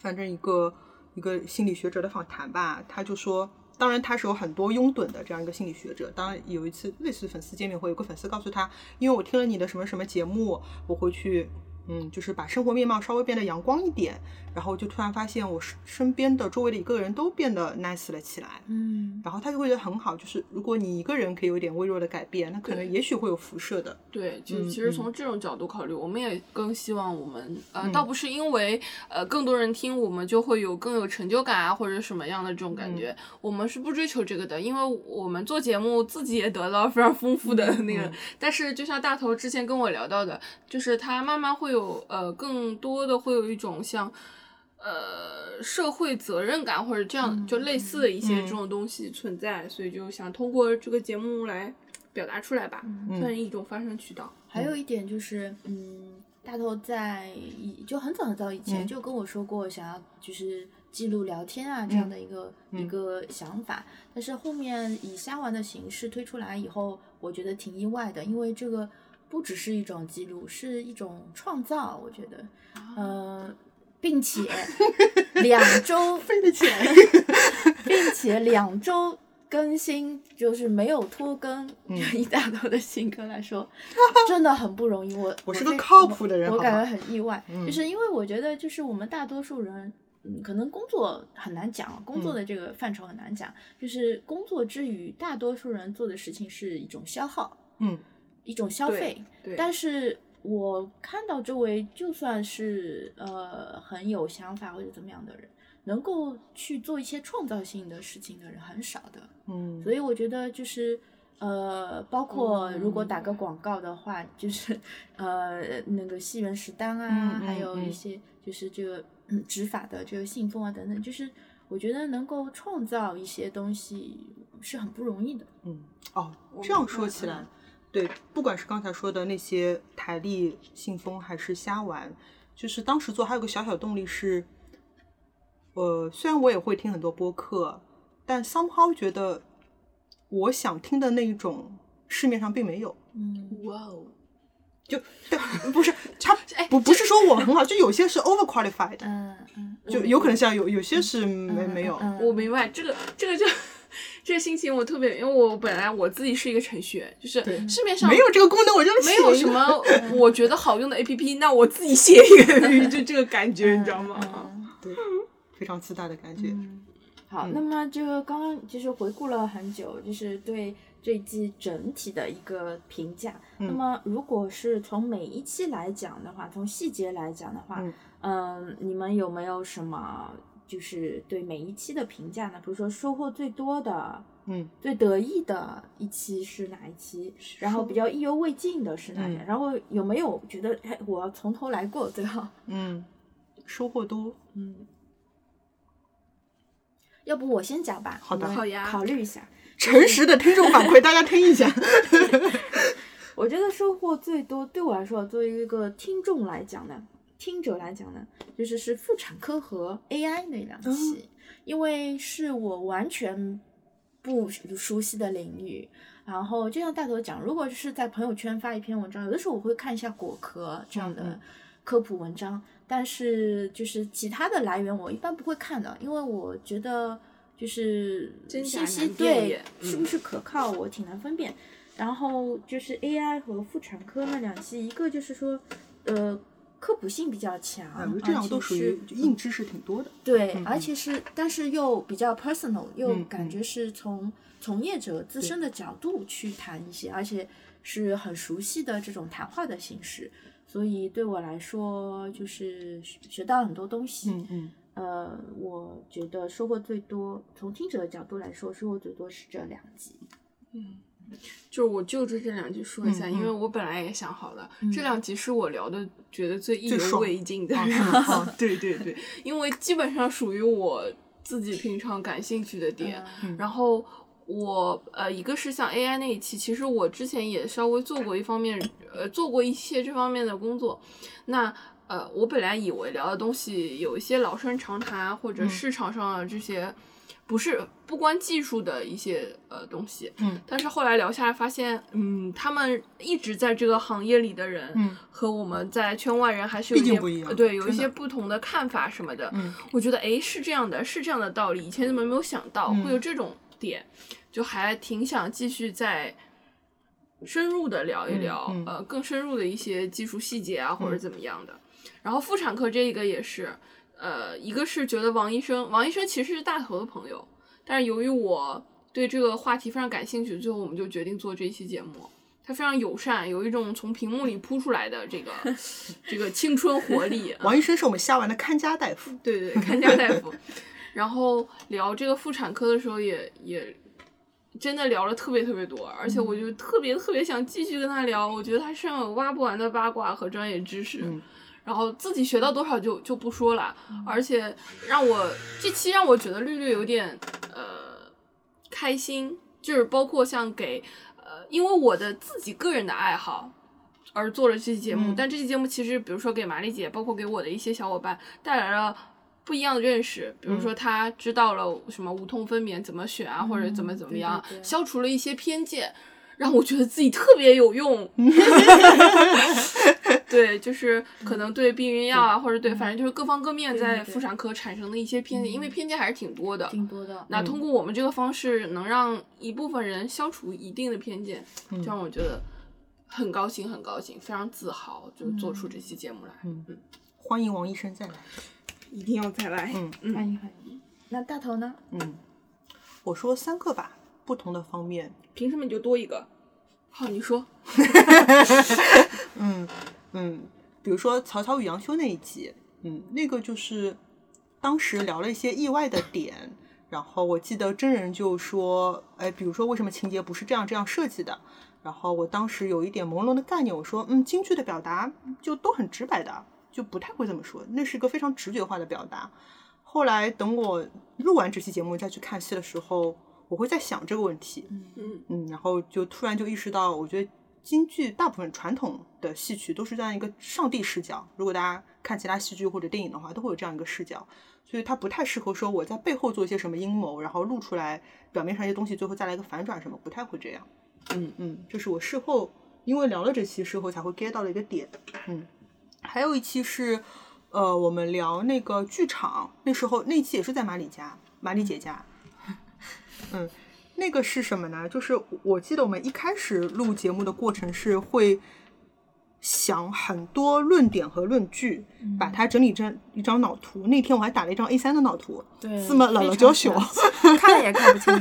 S3: 反正一个一个心理学者的访谈吧，他就说，当然他是有很多拥趸的这样一个心理学者。当然有一次类似粉丝见面会，有个粉丝告诉他，因为我听了你的什么什么节目，我回去。嗯，就是把生活面貌稍微变得阳光一点，然后就突然发现我身身边的周围的一个人都变得 nice 了起来，
S2: 嗯
S3: 然后他就会觉得很好。就是如果你一个人可以有点微弱的改变，那可能
S4: 对
S3: 也许会有辐射的。
S4: 对，就
S3: 嗯
S4: 其实
S3: 嗯
S4: 从这种角度考虑，我们也更希望我们呃，
S3: 嗯
S4: 倒不是因为呃更多人听我们就会有更有成就感啊，或者什么样的这种感觉，
S3: 嗯
S4: 我们是不追求这个的，因为我们做节目自己也得到非常丰富的
S3: 嗯
S4: 那个。但是就像大头之前跟我聊到的，就是他慢慢会有呃更多的会有一种像。呃，社会责任感或者这样就类似的一些
S3: 嗯
S4: 这种东西存在，所以就想通过这个节目来表达出来吧，
S2: 嗯
S4: 算是一种发声渠道。
S2: 还有一点就是，嗯，大头在以就很早很早以前
S3: 嗯
S2: 就跟我说过，想要就是记录聊天啊这样
S3: 嗯
S2: 的一个、一
S3: 嗯
S2: 个想法，但是后面以虾丸的形式推出来以后，我觉得挺意外的，因为这个不只是一种记录，是一种创造，我觉得，
S3: 啊
S2: 呃，并且两周
S3: 飞得起来。
S2: 并且两周更新就是没有拖更
S3: 嗯
S2: 一大包的新歌 来说，真的很不容易。我
S3: 我是个
S2: 非
S3: 靠谱的人
S2: 我，我
S3: 好
S2: 感
S3: 吗
S2: 觉很意外，
S3: 嗯
S2: 就是因为我觉得就是我们大多数人。嗯，可能工作很难讲，啊工
S3: 嗯
S2: 作的这个范畴很难讲。就是工作之余，大多数人做的事情是一种消耗，
S3: 嗯，
S2: 一种消
S4: 对
S2: 费。
S4: 对
S2: 但是我看到周围，就算是呃很有想法或者怎么样的人，能够去做一些创造性的事情的人很少的。
S3: 嗯，
S2: 所以我觉得就是。呃，包括如果打个广告的话，就是呃那个西园食单啊，
S3: 嗯嗯
S2: 还有一
S3: 嗯
S2: 些就是这个嗯执法的这个信封啊等等，就是我觉得能够创造一些东西是很不容易的。
S3: 嗯，哦，
S4: 我
S3: 这样
S4: 明
S3: 说
S4: 白
S3: 起来
S4: 嗯，
S3: 对，不管是刚才说的那些台历、信封还是虾丸，就是当时做还有个小小动力是，呃，虽然我也会听很多播客，但 somehow 觉得我想听的那一种市面上并没有。
S2: 嗯，
S4: 哇哦，
S3: 就对，不是他
S4: 哎
S3: 不不是说我们很好，就有些是 over qualified，
S2: 嗯嗯，
S3: 就有可能像有有些是没没有，
S2: 嗯
S4: 我明白这个，这个就这个心情我特别，因为我本来我自己是一个程序员，就是
S3: 对
S4: 市面上
S3: 没有这个功能，我就
S4: 嗯没有什么我觉得好用的 A P P，那我自己写一个 A P P，就这个感觉，你知道
S3: 嗯
S4: 吗？
S3: 对，非常自大的感觉，
S2: 嗯，好，那么这个刚刚就是回顾了很久，就是对这一季整体的一个评价。那
S3: 嗯
S2: 么如果是从每一期来讲的话，从细节来讲的话，
S3: 嗯
S2: 嗯，你们有没有什么就是对每一期的评价呢？比如说收获最多的。
S3: 嗯，
S2: 最得意的一期是哪一期？然后比较意犹未尽的是哪一期？
S3: 嗯
S2: 然后有没有觉得，哎，我要从头来过最好？
S3: 嗯，收获多，
S2: 嗯，要不我先讲吧，
S3: 好的
S2: 你们
S4: 好呀
S2: 考虑一下。
S3: 诚实的听众反 馈，大家听一下。
S2: 我觉得收获最多，对我来说，作为一个听众来讲呢，听者来讲呢，就是是妇产科和 AI 那两
S4: 哦
S2: 期，因为是我完全不熟悉的领域。然后就像大头讲，如果是在朋友圈发一篇文章，有的时候我会看一下果壳这样
S3: 嗯
S2: 的
S3: 嗯
S2: 科普文章，但是就是其他的来源我一般不会看的，因为我觉得就是
S4: 真假
S2: 信息
S4: 难辨
S2: 对
S4: 也
S2: 是不
S4: 嗯
S2: 是可靠，我挺难分辨。然后就是 AI 和妇产科那两期，一个就是说，呃，科普性比较强，
S3: 啊，我觉得这
S2: 而
S3: 两个
S2: 且
S3: 都属
S2: 是
S3: 于就硬知识挺多的。
S2: 对，
S3: 嗯
S2: 而
S3: 嗯
S2: 且是但是又比较 personal，又
S3: 嗯
S2: 感
S3: 嗯
S2: 觉是从从业者自身的角度去谈一些，而且是很熟悉的这种谈话的形式，所以对我来说就是学学到很多东西。
S3: 嗯
S2: 呃，我觉得收获最多，从听者的角度来说，收获最多是这两集。
S4: 就是我就着这两集说一下，
S3: 嗯嗯
S4: 因为我本来也想好了，
S2: 嗯
S4: 这两集是我聊的觉得最意
S3: 最
S4: 犹
S3: 爽
S4: 未尽的。
S3: 啊是吗啊
S4: 对对对，因为基本上属于我自己平常感兴趣的点。
S2: 呃
S3: 嗯
S4: 然后我呃，一个是像 AI 那一期，其实我之前也稍微做过一方面，呃，做过一些这方面的工作。那呃，我本来以为聊的东西有一些老生常谈，或者
S3: 嗯
S4: 市场上的这些不是不关技术的一些呃东西，
S3: 嗯，
S4: 但是后来聊下来发现，嗯，他们一直在这个行业里的人，
S3: 嗯，
S4: 和我们在圈外人还是有
S3: 毕竟
S4: 点
S3: 不一样
S4: 对，有一
S3: 真的
S4: 些不同的看法什么的，
S3: 嗯
S4: 我觉得诶是这样的，是这样的道理，以前怎么没有想到、
S3: 嗯
S4: 会有这种点，就还挺想继续再深入的聊一聊，
S3: 嗯嗯嗯
S4: 呃，更深入的一些技术细节啊，或者怎么样的。然后妇产科这一个也是，呃，一个是觉得王医生，王医生其实是大头的朋友，但是由于我对这个话题非常感兴趣，最后我们就决定做这一期节目。他非常友善，有一种从屏幕里扑出来的 这个这个青春活力。啊
S3: 王医生是我们虾丸的看家大夫。
S4: 对对，看家大夫。 然后聊这个妇产科的时候也，也真的聊了特别特别多，而且我就特别特别想继续跟他聊，我觉得他身上有挖不完的八卦和专业知识。
S3: 嗯
S4: 然后自己学到多少就就不说了，而且让我这期让我觉得绿绿有点呃开心，就是包括像给呃，因为我的自己个人的爱好而做了这期节目，
S3: 嗯
S4: 但这期节目其实比如说给玛丽姐，包括给我的一些小伙伴带来了。不一样的认识，比如说她知道了什么无痛分娩怎么选啊，或者怎么怎么样，
S2: 对对对
S4: 消除了一些偏见，让我觉得自己特别有用。 对，就是可能对避孕药啊，或者对，反正就是各方各面
S5: 对
S4: 在
S5: 对对
S4: 妇产科产生的一些偏见，因为偏见还是挺多的。
S5: 挺多的。
S4: 那通过我们这个方式，能让一部分人消除一定的偏见，就让我觉得很高兴，很高兴，非常自豪，就做出这期节目来。
S3: 嗯欢迎王医生再来。
S4: 一定要再来。
S3: 嗯
S4: 嗯
S5: 欢迎欢迎。那大头呢？
S3: 嗯，我说三个吧，不同的方面。
S4: 凭什么你就多一个？好，你说。
S3: 嗯嗯，比如说曹操与杨修那一集，嗯，那个就是当时聊了一些意外的点，然后我记得真人就说，哎，比如说为什么情节不是这样这样设计的？然后我当时有一点朦胧的概念，我说，嗯，京剧的表达就都很直白的，就不太会这么说，那是一个非常直觉化的表达。后来等我录完这期节目再去看戏的时候，我会在想这个问题，
S4: 嗯
S3: 嗯，然后就突然就意识到，我觉得京剧大部分传统的戏曲都是这样一个上帝视角。如果大家看其他戏剧或者电影的话，都会有这样一个视角，所以它不太适合说我在背后做一些什么阴谋，然后露出来表面上一些东西，最后再来一个反转什么，不太会这样。嗯嗯，这是我事后因为聊了这期事后才会 get 到的一个点。嗯，还有一期是，呃，我们聊那个剧场，那时候那期也是在马里家，马里姐家。嗯，那个是什么呢？就是我记得我们一开始录节目的过程是会想很多论点和论据，
S5: 嗯
S3: 把它整理成一张脑图。那天我还打了一张 A 3的脑图，
S5: 对
S3: 这么姥姥教熊，
S5: 看也看不清。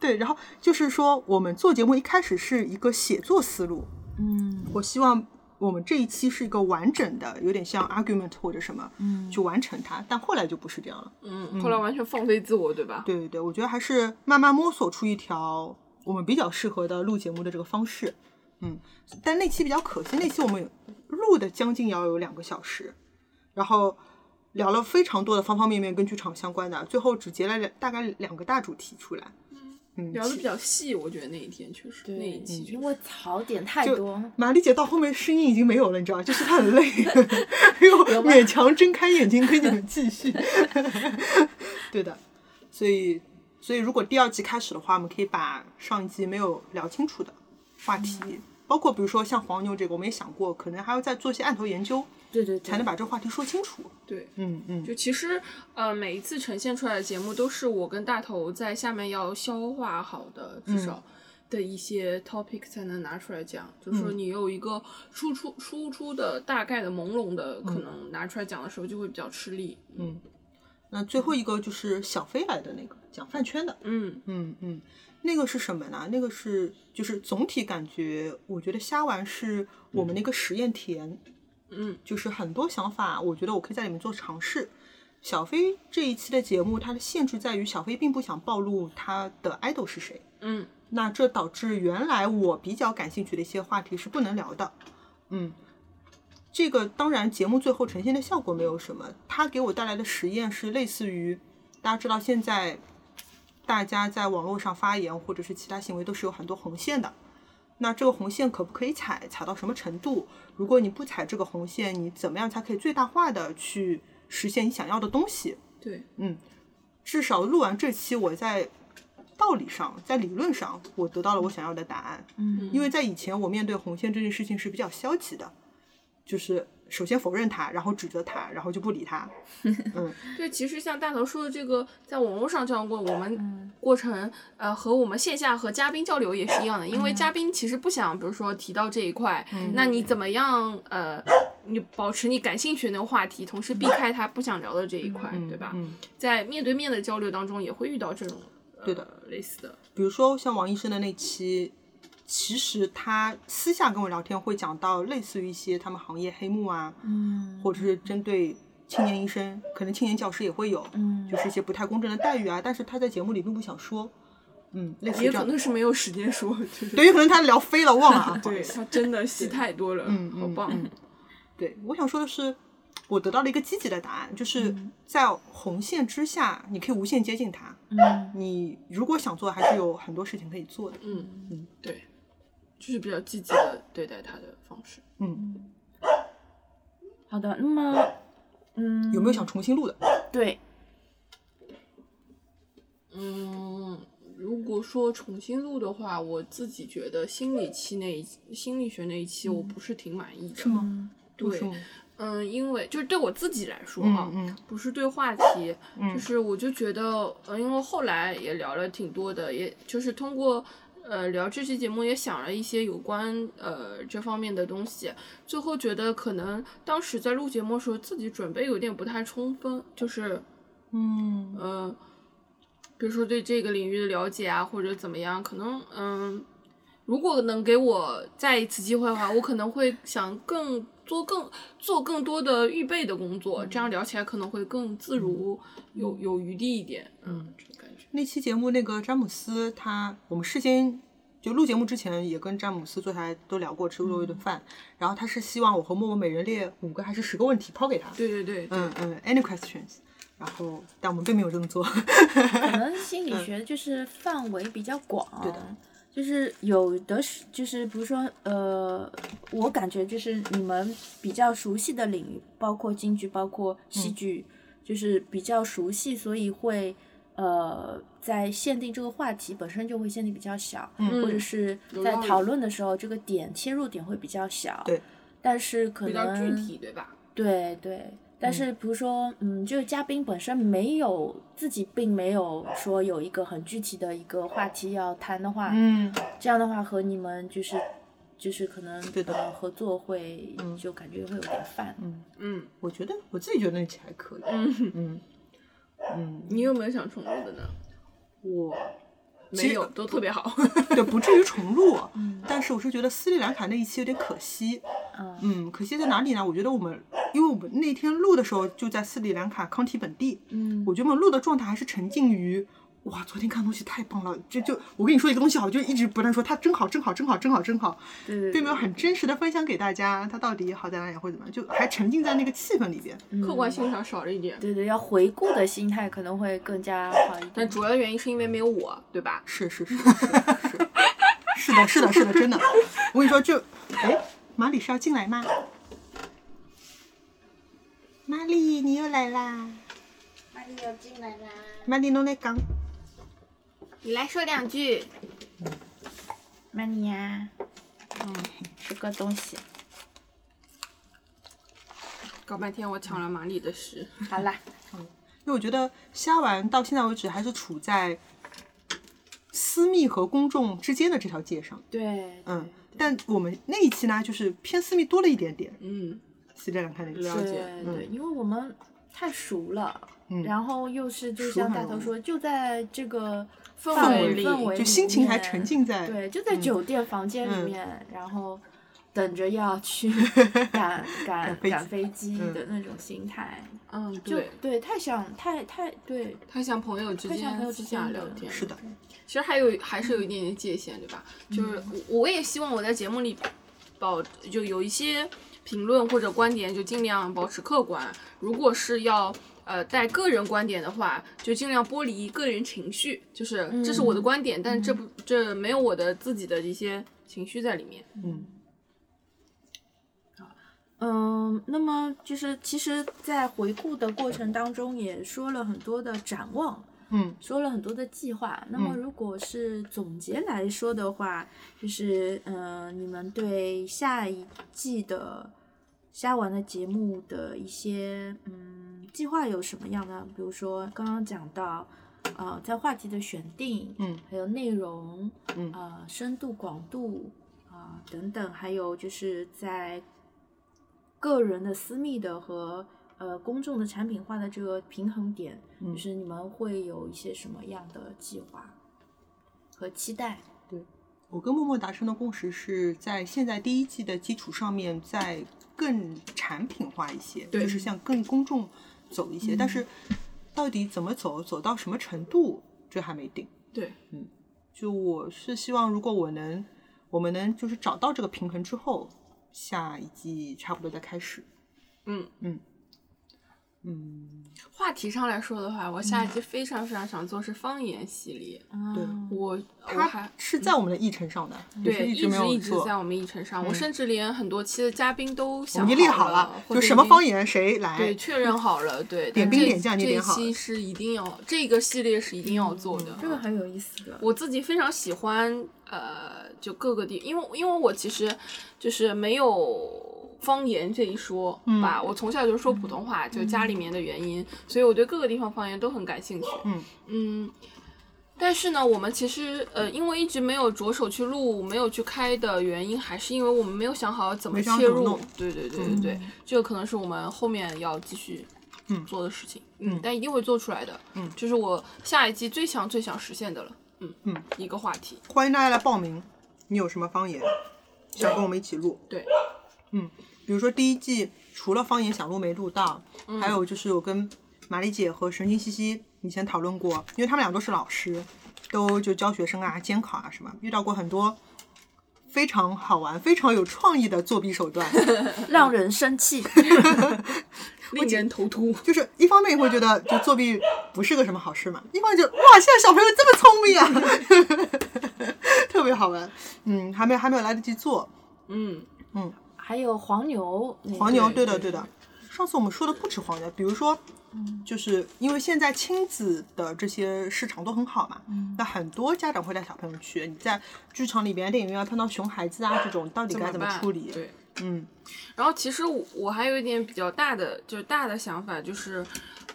S3: 对，然后就是说，我们做节目一开始是一个写作思路，
S5: 嗯
S3: 我希望我们这一期是一个完整的，有点像 argument 或者什么，
S5: 嗯
S3: 去完成它。但后来就不是这样了。
S4: 嗯，后来完全放飞自我，对吧？
S3: 对对对，我觉得还是慢慢摸索出一条我们比较适合的录节目的这个方式。嗯，但那期比较可惜，那期我们录的将近要有两个小时，然后聊了非常多的方方面面跟剧场相关的，最后只截了两大概两个大主题出来。嗯，
S4: 聊的比较细，我觉得那一天确实，那一期确实
S5: 因为槽点太
S3: 就
S5: 多，
S3: 玛丽姐到后面声音已经没有了，你知道吧，就是她很 累，又勉强睁开眼睛跟你们继 续。对的，所以所以如果第二季开始的话，我们可以把上一季没有聊清楚的话题，包括比如说像黄牛这个，我们也想过，可能还要再做一些案头研究，
S5: 对对对，
S3: 才能把这个话题说清楚。
S4: 对。
S3: 嗯嗯，
S4: 就其实，呃，每一次呈现出来的节目都是我跟大头在下面要消化好的，
S3: 嗯
S4: 至少的一些 topic 才能拿出来讲。就
S3: 嗯
S4: 是说，你有一个输出输出的大概的朦胧的，
S3: 嗯
S4: 可能拿出来讲的时候就会比较吃力。
S3: 那最后一个就是小飞来的那个讲饭圈的，
S4: 嗯
S3: 嗯，嗯，那个是什么呢？那个是就是总体感觉，我觉得虾丸是我们的一个实验田，
S4: 嗯，
S3: 就是很多想法，我觉得我可以在里面做尝试。小飞这一期的节目，它的限制在于小飞并不想暴露他的 idol 是谁，
S4: 嗯，
S3: 那这导致原来我比较感兴趣的一些话题是不能聊的。嗯，这个当然节目最后呈现的效果没有什么，它给我带来的实验是类似于大家知道现在大家在网络上发言或者是其他行为都是有很多红线的。那这个红线可不可以踩？踩到什么程度？如果你不踩这个红线，你怎么样才可以最大化的去实现你想要的东西？
S4: 对，
S3: 嗯，至少录完这期，我在道理上，在理论上，我得到了我想要的答案。
S5: 嗯，
S3: 因为在以前，我面对红线这件事情是比较消极的，就是首先否认它，然后指责它，然后就不理它。
S4: 对，其实像大头说的这个，在网络上这样过，我
S3: 嗯
S4: 们过程呃和我们线下和嘉宾交流也是一样的，因为
S3: 嗯
S4: 嘉宾其实不想，比如说提到这一块，那你怎么样呃，你保持你感兴趣的那个话题，同时避开他不想聊的这一块，对吧？
S3: 嗯，
S4: 在面对面的交流当中，也会遇到这种、呃、
S3: 对的
S4: 类似的，
S3: 比如说像王医生的那期，其实他私下跟我聊天会讲到类似于一些他们行业黑幕啊，
S5: 嗯
S3: 或者是针对青年医生，可能青年教师也会有，
S5: 嗯
S3: 就，是一些不太公正的待遇啊。但是他在节目里并不想说，嗯，类似于
S4: 也
S3: 这
S4: 可
S3: 样。
S4: 能是没有时间说，就是
S3: 对，有可能他聊飞了，忘了啊。不好
S4: 对
S3: 意思
S4: 他真的戏太多了，
S3: 嗯
S4: 好
S3: 嗯
S4: 棒，
S3: 嗯对，我想说的是，我得到了一个积极的答案，就是
S4: 嗯
S3: 在红线之下，你可以无限接近它。
S5: 嗯
S3: 你如果想做，还是有很多事情可以做的。
S4: 嗯
S3: 嗯
S4: 嗯，对，就是比较积极的对待他的方式。
S3: 嗯，
S5: 好的，那么嗯，
S3: 有没有想重新录的？
S5: 对
S4: 嗯，如果如说重新录的话，我自己觉得心理期那一心理学那一期我不是挺满意的。
S3: 嗯吗？为
S4: 对
S3: 什么，
S4: 嗯，因为就是对我自己来说哈
S3: 嗯，嗯
S4: 不是对话题，就是我就觉得，呃，因为后来也聊了挺多的，也就是通过呃聊这期节目也想了一些有关呃这方面的东西，最后觉得可能当时在录节目的时候自己准备有点不太充分，就是
S3: 嗯
S4: 呃，比如说对这个领域的了解啊，或者怎么样，可能嗯，如果能给我再一次机会的话，我可能会想更做更做更多的预备的工
S2: 嗯
S4: 作，这样聊起来可能会更自如，有有余地一点，嗯，这种感觉。
S3: 那期节目那个詹姆斯他，我们事先就录节目之前也跟詹姆斯坐下来都聊过，吃过一
S4: 嗯
S3: 顿饭。然后他是希望我和默默每人列五个还是十个问题抛给他。
S4: 对对对，
S3: 嗯嗯，any questions。然后，但我们并没有这么做。
S2: 可能心理学就是范围比较广，
S4: 嗯
S3: 对的
S2: 就是有的是就是比如说呃，我感觉就是你们比较熟悉的领域，包括京剧，包括
S4: 嗯
S2: 戏剧，就是比较熟悉，所以会呃在限定这个话题本身就会限定比较小，
S4: 嗯
S2: 或者是
S4: 有
S2: 在
S4: 道理
S2: 讨论的时候这个点切入点会比较小，
S3: 对，
S2: 但是可
S4: 比较
S2: 能
S4: 具体，对吧？
S2: 对对，但是比如说，嗯，这个嘉宾本身没有自己并没有说有一个很具体的一个话题要谈的话，
S3: 嗯，
S2: 这样的话和你们就是就是可能
S3: 对的嗯
S2: 呃合作会、就感觉会有点泛。
S4: 嗯
S3: 我觉得我自己觉得那期还可以。
S4: 嗯，
S3: 嗯嗯，
S4: 你有没有想重录的呢？
S3: 我其实
S4: 没有，都特别好。
S3: 对不至于重录，但是我是觉得斯里兰卡那一期有点可惜。
S2: 嗯
S3: 嗯，可惜在哪里呢？我觉得我们，因为我们那天录的时候就在斯里兰卡康体本地，
S2: 嗯
S3: 我觉得我们录的状态还是沉浸于，哇，昨天看东西太棒了，就就我跟你说一个东西好，就一直不断说它真好，真好，真好，真好，真好，
S2: 对对
S3: 并没有很真实的分享给大家它到底好在哪里或者怎么样，就还沉浸在那个气氛里边。
S4: 客观性上少了一点，
S2: 嗯对对，要回顾的心态可能会更加好一
S4: 但
S2: 点。
S4: 主要的原因是因为没有我，对吧？
S3: 是是是是是是的，是的，是的，真的。我跟你说，就哎，马里是要进来吗？马里，你又来啦！马里又进来啦！马里侬来讲，
S4: 你来说两句。
S2: 玛尼亚，嗯，这个东西，
S4: 搞半天我抢了玛丽的诗。
S2: 好 啦，
S3: 因为我觉得虾丸到现在为止还是处在私密和公众之间的这条界上。
S2: 对，
S3: 嗯，但我们那一期呢，就是偏私密多了一点点。
S4: 嗯，
S3: 是这样看那个，
S4: 了
S2: 对
S4: 解。
S2: 对，因为我们太熟了，
S3: 嗯
S2: 然后又是就
S3: 熟
S2: 像
S3: 很
S2: 大
S3: 容
S2: 头
S3: 易
S2: 说，就在这个
S4: 氛
S2: 氛
S4: 围
S2: 围
S4: 里
S2: 氛围
S3: 就心情还
S2: 面
S3: 沉浸在
S2: 对，就在酒店房间
S3: 哎嗯
S2: 里面，然后等着要 去赶赶
S3: 飞
S2: 赶
S3: 机
S2: 飞机
S3: 嗯
S2: 的那种心态，
S4: 嗯，
S2: 就
S4: 对，
S2: 对，太想太太对，
S4: 他像朋友之
S2: 太像朋
S4: 间
S2: 友
S4: 私
S2: 之
S4: 下
S2: 间
S4: 聊
S2: 的
S4: 天，
S3: 是的，
S4: 其实还有还是有一点点界限，对吧？
S3: 嗯
S4: 就是我我也希望我在节目里保就有一些评论或者观点，就尽量保持客观。如果是要呃带个人观点的话，就尽量剥离个人情绪，就是这是
S3: 嗯
S4: 我的观点，但这不这没有我的自己的一些情绪在里面。
S3: 嗯，
S2: 嗯，那么就是其实，在回顾的过程当中，也说了很多的展望，
S3: 嗯，
S2: 说了很多的计划。那么
S3: 嗯
S2: 如果是总结来说的话，就是嗯、呃你们对下一季的虾丸的节目的一些嗯计划有什么样的？比如说刚刚讲到，呃，在话题的选定，
S3: 嗯，
S2: 还有内容，
S3: 嗯
S2: 呃，深度、广度啊、等等，还有就是在个人的私密的和呃公众的产品化的这个平衡点，
S3: 嗯
S2: 就是你们会有一些什么样的计划和期待？
S3: 我跟默默达成的共识是在现在第一季的基础上面，再更产品化一些，
S4: 对嗯
S3: 就是向更公众走一些。但是到底怎么走，走到什么程度，这还没定。
S4: 对，
S3: 就我是希望，如果我能，我们能就是找到这个平衡之后，下一季差不多再开始。
S4: 嗯
S3: 嗯。嗯，
S4: 话题上来说的话，我下一季非常非常想做是方言系列。
S3: 对
S5: 啊
S4: 我我还
S3: 嗯它
S4: 嗯
S3: 是在我们的议程上的，也是
S4: 对，一
S3: 直没有
S4: 一直
S3: 做
S4: 在。我们议程上，我
S3: 嗯
S4: 甚至连很多期的嘉宾都
S3: 我
S4: 想
S3: 们已经列
S4: 好
S3: 好了，
S4: 或
S3: 就
S4: 者
S3: 什么
S4: 已经
S3: 方言谁
S4: 对
S3: 来，
S4: 确认好了，对
S3: 点
S4: 但
S3: 兵
S4: 这
S3: 点将已经点好嗯
S4: 这一期是一定要这个系列是一定要做的，啊
S5: 这个很有意思的。
S4: 我自己非常喜欢，呃，就各个地，因为因为我其实就是没有方言这一说
S3: 嗯
S4: 吧，我从小就说普通话，就家里面的原因，所以我对各个地方方言都很感兴趣。
S3: 嗯
S4: 嗯但是呢，我们其实呃，因为一直没有着手去录，没有去开的原因，还是因为我们没有想好怎么
S3: 没想好
S4: 切
S3: 怎么
S4: 入
S3: 弄。
S4: 对对对对对，这个可能是我们后面要继续
S3: 嗯
S4: 做的事情，
S3: 嗯
S4: 但一定会做出来的。
S3: 嗯
S4: 这是我下一季最想最想实现的了。嗯
S3: 嗯，
S4: 一个话题。
S3: 欢迎大家来报名。你有什么方言想跟我们一起录？
S4: 对，
S3: 嗯，比如说第一季除了方言想录没录到，还
S4: 嗯
S3: 有就是我跟玛丽姐和神经西西以前讨论过，因为他们俩都是老师，都就教学生啊、监考啊什么，遇到过很多非常好玩、非常有创意的作弊手 段。
S2: 让人生气。
S4: 令人头秃。
S3: 就是一方面会觉得就作弊不是个什么好事嘛，一方面就哇，现在小朋友这么聪明啊， 特别好玩。嗯，还没还没有来得及做
S4: 嗯，
S5: 还有黄牛，
S3: 黄牛，
S4: 对
S3: 对的
S4: 对
S3: 对的。上次我们说的不止黄牛，比如说，
S5: 嗯
S3: 就是因为现在亲子的这些市场都很好嘛，
S5: 嗯
S3: 那很多家长会带小朋友去。你在剧场里边、电影院看到熊孩子啊这种，到底
S4: 怎
S3: 该
S4: 么
S3: 怎么
S4: 办
S3: 处理？
S4: 对，
S3: 嗯，
S4: 然后其实我我还有一点比较大的，就是大的想法，就是，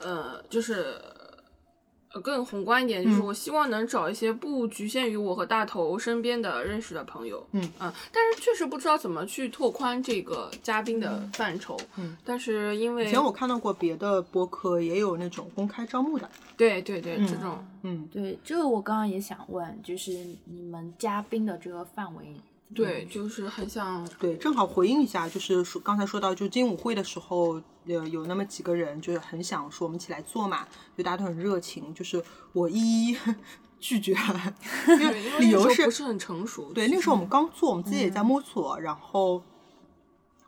S4: 呃，就是。呃更宏观一点，就是
S3: 嗯
S4: 我希望能找一些不局限于我和大头身边的认识的朋友，呃
S3: 嗯
S4: 但是确实不知道怎么去拓宽这个嘉宾的范畴，
S3: 嗯，
S4: 但是因为
S3: 以前我看到过别的播客也有那种公开招募的，
S4: 对对对、
S3: 嗯
S4: 这种，
S3: 嗯，
S5: 对这个我刚刚也想问，就是你们嘉宾的这个范围，
S4: 对就是很想
S3: 嗯对，正好回应一下，就是说刚才说到就金舞会的时候，呃，有那么几个人就是很想说我们一起来做嘛，就大家都很热情，就是我一 一拒绝了，因
S4: 对，因为
S3: 理
S4: 那时
S3: 由
S4: 候
S3: 是
S4: 不是很成熟，
S3: 对，那个时候
S4: 嗯
S3: 我们刚做，我们自己也在摸索，然后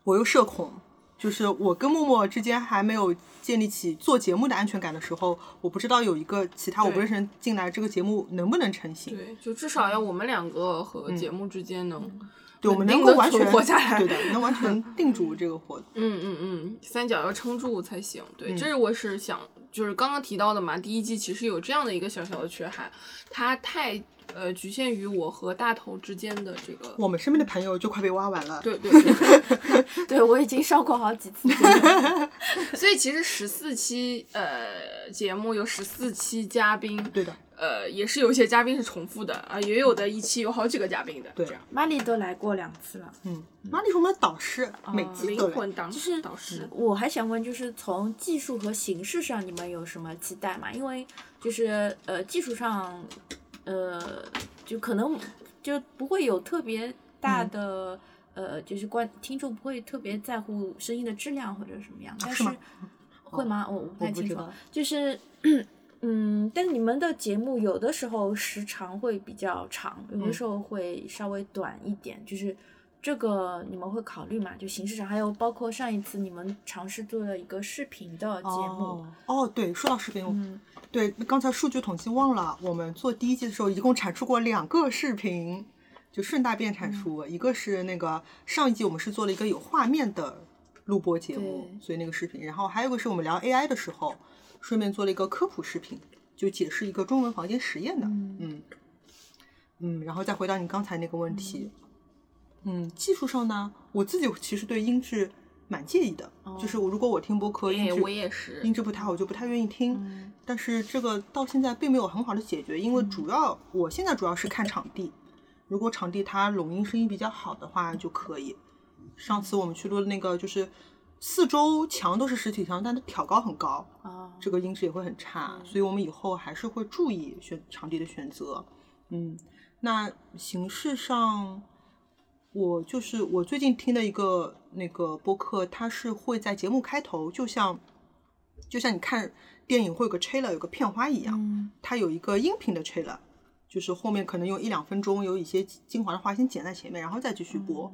S3: 我又社恐，就是我跟默默之间还没有建立起做节目的安全感的时候，我不知道有一个其他我不
S4: 对
S3: 认识人进来，这个节目能不能成型？
S4: 对，就至少要我们两个
S3: 嗯
S4: 和节目之间能，
S3: 对，我们
S4: 稳
S3: 能
S4: 定
S3: 够
S4: 地
S3: 完
S4: 存
S3: 全
S4: 活下来
S3: 对的， 能完全定住这个活，
S4: 嗯嗯嗯，三角要撑住才行。对，
S3: 嗯
S4: 这是我是想，就是刚刚提到的嘛，第一季其实有这样的一个小小的缺憾，它太呃局限于我和大头之间的这个。
S3: 我们身边的朋友就快被挖完了。
S4: 对对对，
S5: 对我已经上过好几次这个，
S4: 所以其实十四期呃节目有十四期嘉宾，
S3: 对的，
S4: 呃也是有一些嘉宾是重复的啊、也有的一期有好几个嘉宾的，
S3: 对
S4: 这样
S5: 玛丽都来过两次了。
S3: 嗯，玛丽是我们的导师，每期
S4: 啊灵
S3: 都来。
S4: 魂当
S5: 就是
S4: 导师，
S5: 我还想问，就是从技术和形式上，你们有什么期待吗？因为就是呃，技术上，呃，就可能就不会有特别大
S3: 嗯
S5: 的、呃，就是观听众不会特别在乎声音的质量或者什么样，但
S3: 啊是
S5: 是
S3: 吗
S5: 会吗？我我不
S3: 我
S5: 太
S3: 不
S5: 清
S3: 知
S5: 楚
S3: 道。
S5: 就是。嗯，但是你们的节目有的时候时长会比较长，有
S3: 嗯
S5: 的时候会稍微短一点，就是这个你们会考虑嘛？就形式上，还有包括上一次你们尝试做了一个视频的节目，
S3: 哦哦，对，说到视频，
S5: 嗯，
S3: 对，刚才数据统计忘了，我们做第一季的时候一共产出过两个视频，就顺大便产出，一个是那个上一季我们是做了一个有画面的录播节目，
S5: 对
S3: 所以那个视频，然后还有一个是我们聊 AI 的时候，顺便做了一个科普视频，就解释一个中文房间实验的，
S5: 嗯
S3: 嗯嗯，然后再回到你刚才那个问题，嗯，技术上呢，我自己其实对音质蛮介意的，就是我如果我听播客，音
S4: 哎，
S3: 质
S4: 我也是，
S3: 音质不太好，我就不太愿意听。
S5: 嗯
S3: 但是这个到现在并没有很好的解决，因为主要、我现在主要是看场地，如果场地它拢音声音比较好的话就可以。上次我们去录的那个就是四周墙都是实体墙，但它挑高很高，
S5: 啊，
S3: 这个音质也会很差，所以我们以后还是会注意选场地的选择。嗯，那形式上，我就是我最近听的一个那个播客，它是会在节目开头，就像就像你看电影会有个 trailer，有个片花一样，
S5: 嗯
S3: 它有一个音频的 trailer，就是后面可能用一两分钟有一些精华的话先剪在前面，然后再继续播。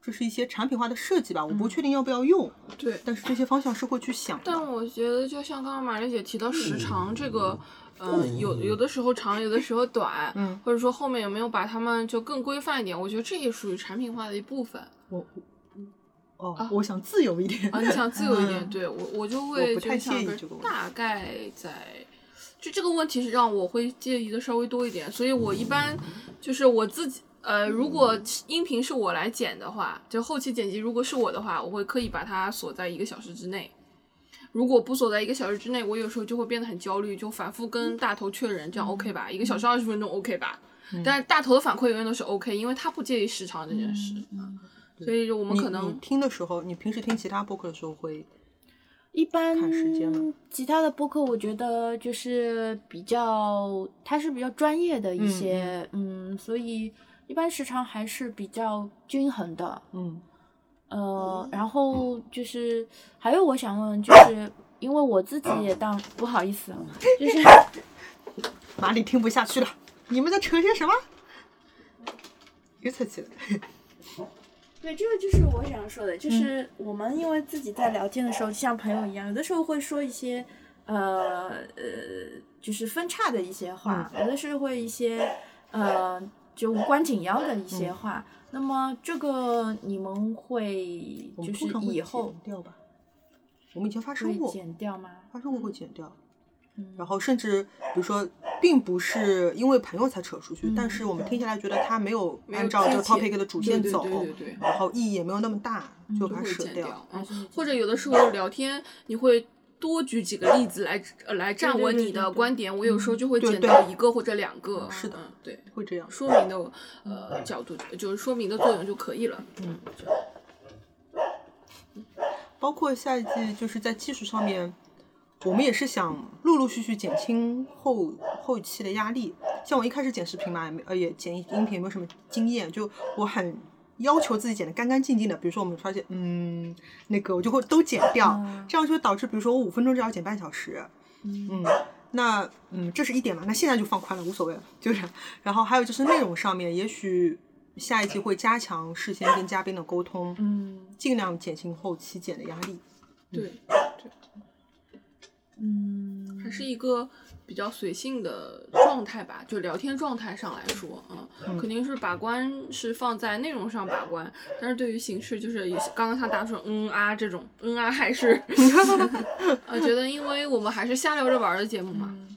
S3: 就是一些产品化的设计吧，我不确定要不要用，
S4: 对。
S3: 但是这些方向是会去想
S4: 但
S3: 的。
S4: 我觉得，就像刚刚玛丽姐提到时长这个，嗯、有有的时候长，有的时候短，
S3: 嗯
S4: 或者说后面有没有把它们就更规范一点，我觉得这也属于产品化的一部分
S3: 我我哦
S4: 啊，
S3: 我想自由一点。
S4: 啊。你 想自由一点，对我我就
S3: 嗯
S4: 会
S3: 不
S4: 就
S3: 太
S4: 是想
S3: 介意
S4: 着
S3: 这个问题
S4: 大概在。就这个问题是让我会介意的稍微多一点，所以我一般
S3: 嗯
S4: 就是我自己，呃，如果音频是我来剪的话，就后期剪辑如果是我的话，我会刻意把它锁在一个小时之内。如果不锁在一个小时之内，我有时候就会变得很焦虑，就反复跟大头确认，
S3: 嗯
S4: 这样 OK 吧？一个小时二十分钟 OK 吧？但是大头的反馈永远都是 OK，因为他不介意时长这件事，
S3: 嗯
S4: 所以我们
S3: 你
S4: 可
S3: 你
S4: 能
S3: 听的时候，你平时听其他播客的时候会，
S2: 一般
S3: 看时间吗
S2: 其他的播客，我觉得就是比较，它是比较专业的一些，嗯所以一般时长还是比较均衡的，
S3: 嗯，
S2: 呃，然后就是还有我想问，就是因为我自己也当不好意思，啊就是
S3: 哪里听不下去了？你们在扯些什么？又扯起来。
S2: 对，这个就是我想说的，就是我们因为自己在聊天的时候，就像朋友一样，有的时候会说一些，呃呃，就是分叉的一些话，有的时候会一些，呃，就无关紧要的一些话。那么这个你们会
S3: 我
S2: 就
S3: 们
S2: 是
S3: 通常会
S2: 以后
S3: 剪掉吧。我们以前发生
S2: 会
S3: 过，
S2: 剪掉吗？
S3: 发生过会剪掉。
S2: 嗯
S3: 然后甚至比如说，并不是因为朋友才扯出去，
S2: 嗯
S3: 但是我们听下来觉得它没有
S4: 没有
S3: 按照这个
S4: 自己
S3: topic 的主
S4: 对
S3: 线
S4: 对
S3: 走，
S4: 对对对，
S3: 然后意义也没有那么大，就
S4: 都
S3: 把它
S4: 会
S3: 舍
S4: 剪
S3: 掉。
S4: 嗯
S2: 是
S4: 或者有的时候聊天，你会多举几个例子来呃来站
S2: 对
S4: 稳
S2: 对
S4: 你
S2: 对
S4: 的
S2: 对
S4: 观点。我有时候就会
S3: 对
S4: 捡
S3: 对
S4: 到一个或者两个。
S3: 是的
S4: 嗯，对，
S3: 会这样，
S4: 说明的呃角度就是说明的作用就可以了。嗯，
S3: 包括下一季就是在技术上面，我们也是想陆陆续续减轻后后期的压力。像我一开始剪视频嘛，也没呃也剪音频也没有什么经验，就我很要求自己剪得干干净净的。比如说我们发现，嗯，那个我就会都剪掉，这样就会导致，比如说我五分钟就要剪半小时，嗯。那嗯，这是一点嘛？那现在就放宽了，无所谓了，就是。然后还有就是内容上面，也许下一季会加强事先跟嘉宾的沟通，
S2: 嗯
S3: 尽量减轻后期剪的压力。
S4: 对，
S2: 嗯，
S4: 还是一个比较随性的状态吧，就聊天状态上来说，嗯，肯定是把关是放在内容上把关，但是对于形式，就是也是刚刚像大家说嗯啊这种嗯啊还是， 呃，觉得因为我们还是瞎聊着玩儿的节目嘛，
S2: 嗯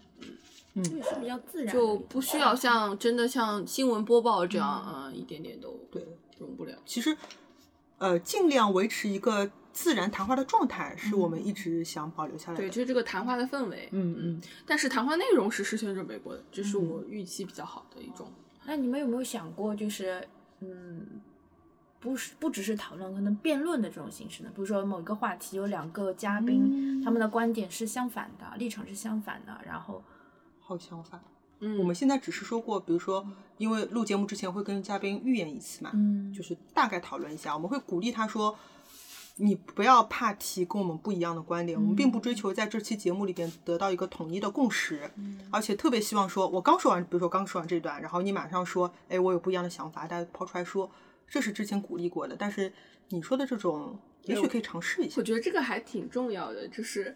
S4: 嗯
S2: 这也是比较自然的一
S4: 就
S2: 个，
S4: 不需要像真的像新闻播报这样，嗯，一点点都
S3: 对，
S4: 容不了。
S3: 其实，呃，尽量维持一个自然谈话的状态，是我们一直想保留下来
S4: 对，
S3: 的。
S4: 就是这个谈话的氛围，
S3: 嗯嗯，
S4: 但是谈话内容是事先准备过的，这是我预期比较好的一种。
S2: 那你们有没有想过，就是嗯，不是不只是讨论，可能辩论的这种形式呢？比如说某一个话题有两个嘉宾，他们的
S4: 嗯
S2: 观点是相反的，立场是相反的，然后
S3: 好想法。
S4: 嗯，
S3: 我们现在只是说过，比如说，因为录节目之前会跟嘉宾预演一次嘛，
S2: 嗯
S3: 就是大概讨论一下，我们会鼓励他说。你不要怕提跟我们不一样的观点，我们并
S4: 嗯
S3: 不追求在这期节目里边得到一个统一的共识，
S4: 嗯
S3: 而且特别希望说，我刚说完，比如说刚说完这段，然后你马上说，哎，我有不一样的想法，大家抛出来说，这是之前鼓励过的，但是你说的这种，也许可以尝试一下
S4: 我，觉得这个还挺重要的，就是，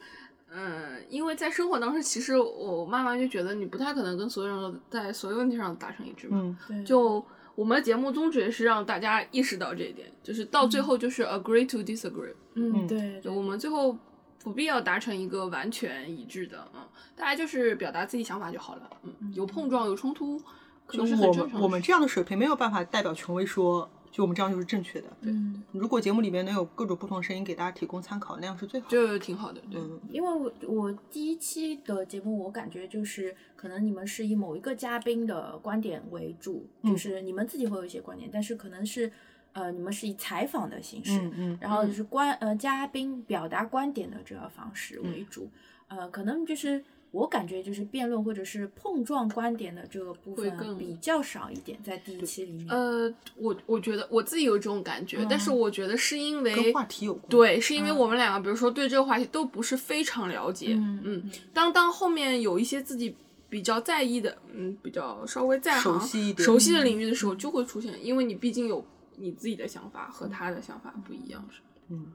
S4: 嗯，因为在生活当中，其实我慢慢就觉得你不太可能跟所有人都在所有问题上达成一致嘛。
S3: 嗯，
S2: 对
S4: 就我们的节目宗旨也是让大家意识到这一点，就是到最后就是 agree to disagree，、
S2: 嗯
S3: 嗯
S2: 对
S4: 就我们最后不必要达成一个完全一致的，嗯，大家就是表达自己想法就好了，嗯，有碰撞有冲突，可
S3: 就
S4: 能是
S3: 我
S4: 很正
S3: 们
S4: 常的
S3: 我们
S4: 事
S3: 这样的水平没有办法代表权威说，就我们这样就是正确的，
S2: 嗯，
S3: 如果节目里面能有各种不同声音给大家提供参考，那样是最好的。
S4: 就挺好的，对，
S3: 嗯，
S2: 因为我我第一期的节目，我感觉就是可能你们是以某一个嘉宾的观点为主，
S3: 嗯
S2: 就是你们自己会有一些观点，但是可能是呃你们是以采访的形式，
S3: 嗯嗯
S2: 然后就
S4: 嗯
S2: 是观呃嘉宾表达观点的这个方式为主，呃，可能就是我感觉就是辩论或者是碰撞观点的这个部
S4: 会
S2: 分
S4: 更
S2: 比较少一点，在第一期里面，
S4: 呃，我我觉得我自己有这种感觉，但是
S2: 嗯
S4: 我觉得是因为
S3: 跟话题有关。，
S4: 对，是
S3: 嗯
S4: 因为我们两个，比如说对这个话题都不是非常了解，
S2: 嗯
S4: 嗯，当当后面有一些自己比较在意的，嗯，比较稍微在行、
S3: 熟悉一点嗯
S4: 熟悉的领域的时候，就会出现，因为你毕竟有你自己的想法和他的想法不一样，是吧
S3: 嗯，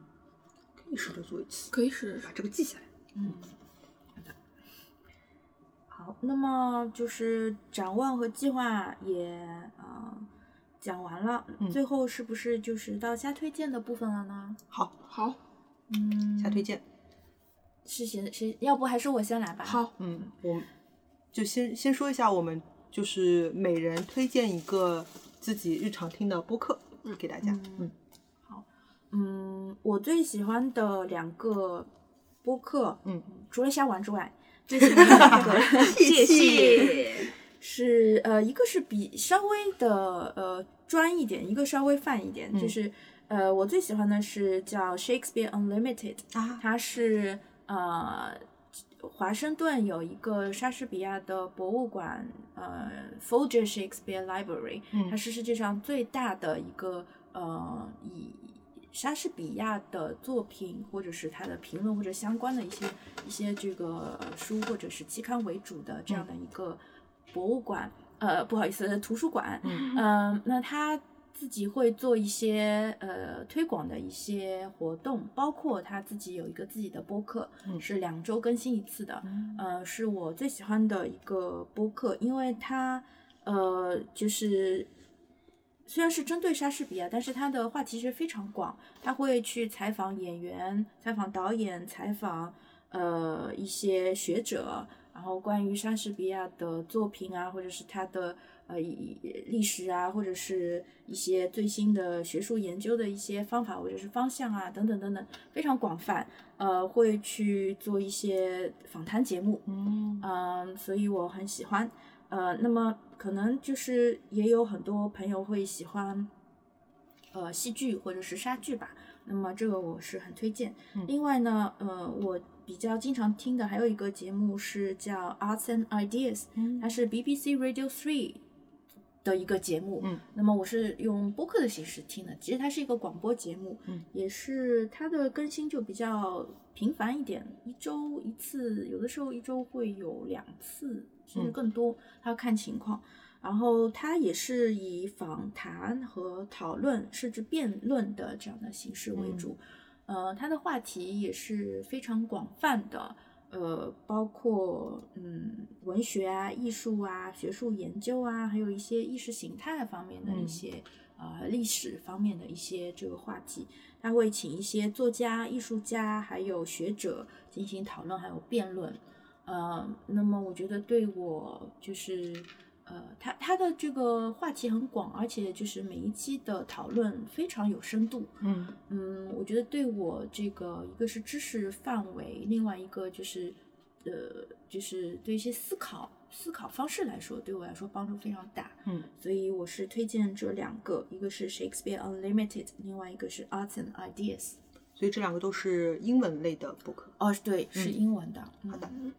S3: 可以试着做一期，
S4: 可以试试
S3: 把。这个记下来。
S2: 好，那么就是展望和计划也啊、呃讲完了、
S3: 嗯
S2: 最后是不是就是到瞎推荐的部分了呢？
S3: 好，
S4: 好，
S2: 嗯，
S3: 下推荐。
S2: 是谁谁？要不还是我先来吧。，
S4: 好，
S3: 嗯，我就先先说一下，我们就是每人推荐一个自己日常听的播客
S4: 嗯
S3: 给大家。嗯
S2: 嗯嗯，我最喜欢的两个播客，
S3: 嗯，
S2: 除了虾丸之 外，最喜欢的那个
S3: 谢 谢
S2: 是呃，一个是比稍微的呃专一点，一个稍微泛一点，
S3: 嗯
S2: 就是呃，我最喜欢的是叫 Shakespeare Unlimited，
S3: 啊，
S2: 它是呃华盛顿有一个莎士比亚的博物馆，呃 Folger Shakespeare Library，、
S3: 嗯
S2: 它是世界上最大的一个呃以莎士比亚的作品或者是他的评论或者相关的一些一些这个呃书或者是期刊为主的这样
S3: 嗯
S2: 的一个博物馆，呃不好意思图书馆，
S3: 嗯
S2: 嗯，那他自己会做一些呃推广的一些活动，包括他自己有一个自己的播客，
S3: 嗯
S2: 是两周更新一次的，呃，是我最喜欢的一个播客，因为它呃就是。虽然是针对莎士比亚，但是它的话题是非常广，他会去采访演员、采访导演、采访呃一些学者，然后关于莎士比亚的作品啊，或者是他的呃以历史啊，或者是一些最新的学术研究的一些方法或者是方向啊，等等等等，非常广泛。呃，会去做一些访谈节目，
S3: 嗯
S2: 嗯，所以我很喜欢。呃，那么可能就是也有很多朋友会喜欢，呃，戏剧或者是莎剧吧。那么这个我是很推荐。
S3: 嗯
S2: 另外呢，呃，我比较经常听的还有一个节目是叫 Arts and Ideas，、它
S3: 嗯
S2: 是 BBC Radio Three 的一个节目。
S3: 嗯，
S2: 那么我是用播客的形式听的，其实它是一个广播节目，
S3: 嗯，
S2: 也是它的更新就比较频繁一点，一周一次，有的时候一周会有两次，甚至
S3: 嗯
S2: 更多，它要看情况。然后它也是以访谈和讨论，甚至辩论的这样的形式
S3: 嗯
S2: 为主。呃，它的话题也是非常广泛的，呃，包括嗯文学啊、艺术啊、学术研究啊，还有一些意识形态方面的一
S3: 嗯
S2: 些、呃历史方面的一些这个话题。他会请一些作家、艺术家还有学者进行讨论，还有辩论。呃，那么我觉得对我就是，呃，他他的这个话题很广，而且就是每一期的讨论非常有深度。
S3: 嗯
S2: 嗯，我觉得对我这个一个是知识范围，另外一个就是，呃，就是对一些思考思考方式来说，对我来说帮助非常大。
S3: 嗯，
S2: 所以我是推荐这两个，一个是 Shakespeare Unlimited，另外一个是 Arts and Ideas。
S3: 所以这两个都是英文类的播客。
S2: 哦，对，是
S3: 嗯
S2: 英文的。
S3: 好的
S2: 嗯，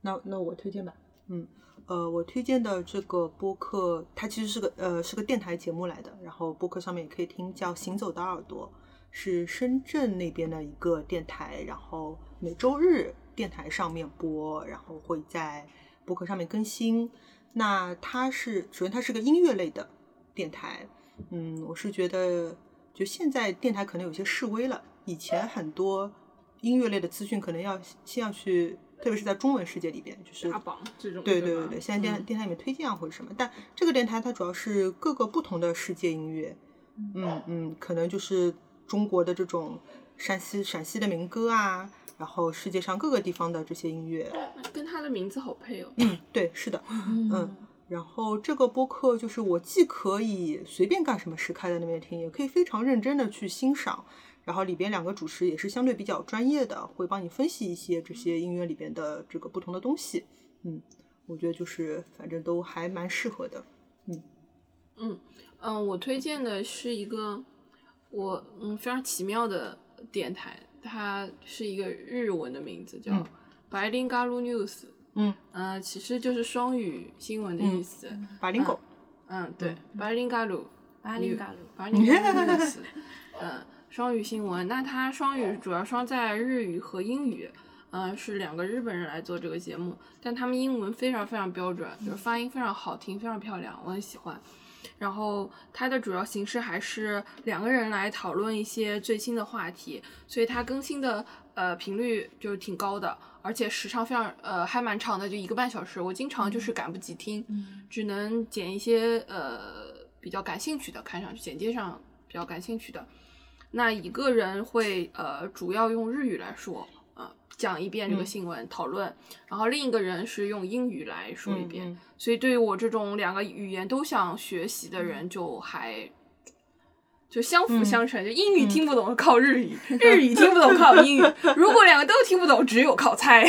S3: 那那我推荐吧。嗯，呃，我推荐的这个播客，它其实是个呃是个电台节目来的，然后播客上面也可以听，叫《行走的耳朵》，是深圳那边的一个电台，然后每周日电台上面播，然后会在播客上面更新。那它是首先它是个音乐类的电台，嗯，我是觉得就现在电台可能有些示威了，以前很多音乐类的资讯可能要先要去，特别是在中文世界里边，就是
S4: 大榜这种，
S3: 对
S4: 对
S3: 对
S4: 吧
S3: 对，现在电台、
S4: 嗯
S3: 电台里面推荐啊或者什么，但这个电台它主要是各个不同的世界音乐，嗯嗯，可能就是中国的这种山西陕西的民歌啊，然后世界上各个地方的这些音乐，
S4: 跟他的名字好配哦。
S3: 对，是的，
S2: 嗯
S3: 嗯然后这个播客就是我既可以随便干什么事开在那边听，也可以非常认真的去欣赏。然后里边两个主持也是相对比较专业的，会帮你分析一些这些音乐里边的这个不同的东西。嗯，我觉得就是反正都还蛮适合的。
S4: 嗯，我推荐的是一个我嗯非常奇妙的电台，它是一个日文的名字叫
S3: 嗯
S4: 白灵嘎鲁 news，
S3: 嗯，
S4: 呃，其实就是双语新闻的意思。
S3: 把林狗，
S4: 嗯，对，白灵嘎鲁，
S2: 巴林嘎鲁。
S4: 白灵嘎鲁 news，嗯，双语新闻。那它双语主要双在日语和英语。嗯、是两个日本人来做这个节目，但他们英文非常非常标准，就是发音非常好听，非常漂亮，我很喜欢。然后它的主要形式还是两个人来讨论一些最新的话题，所以它更新的呃频率就挺高的，而且时长非常呃还蛮长的，就一个半小时。我经常就是赶不及听，
S2: 嗯
S4: 只能剪一些呃比较感兴趣的，看上去简介上比较感兴趣的。那一个人会呃主要用日语来说，呃讲一遍这个
S3: 嗯
S4: 新闻、讨论，然后另一个人是用英语来说一
S3: 嗯
S4: 遍。
S3: 嗯
S4: 所以对于我这种两个语言都想学习的
S3: 嗯
S4: 人，就还就相辅相成。就英语
S3: 嗯
S4: 听不懂靠日语，日语听不懂靠英语。如果两个都听不懂，只有靠猜，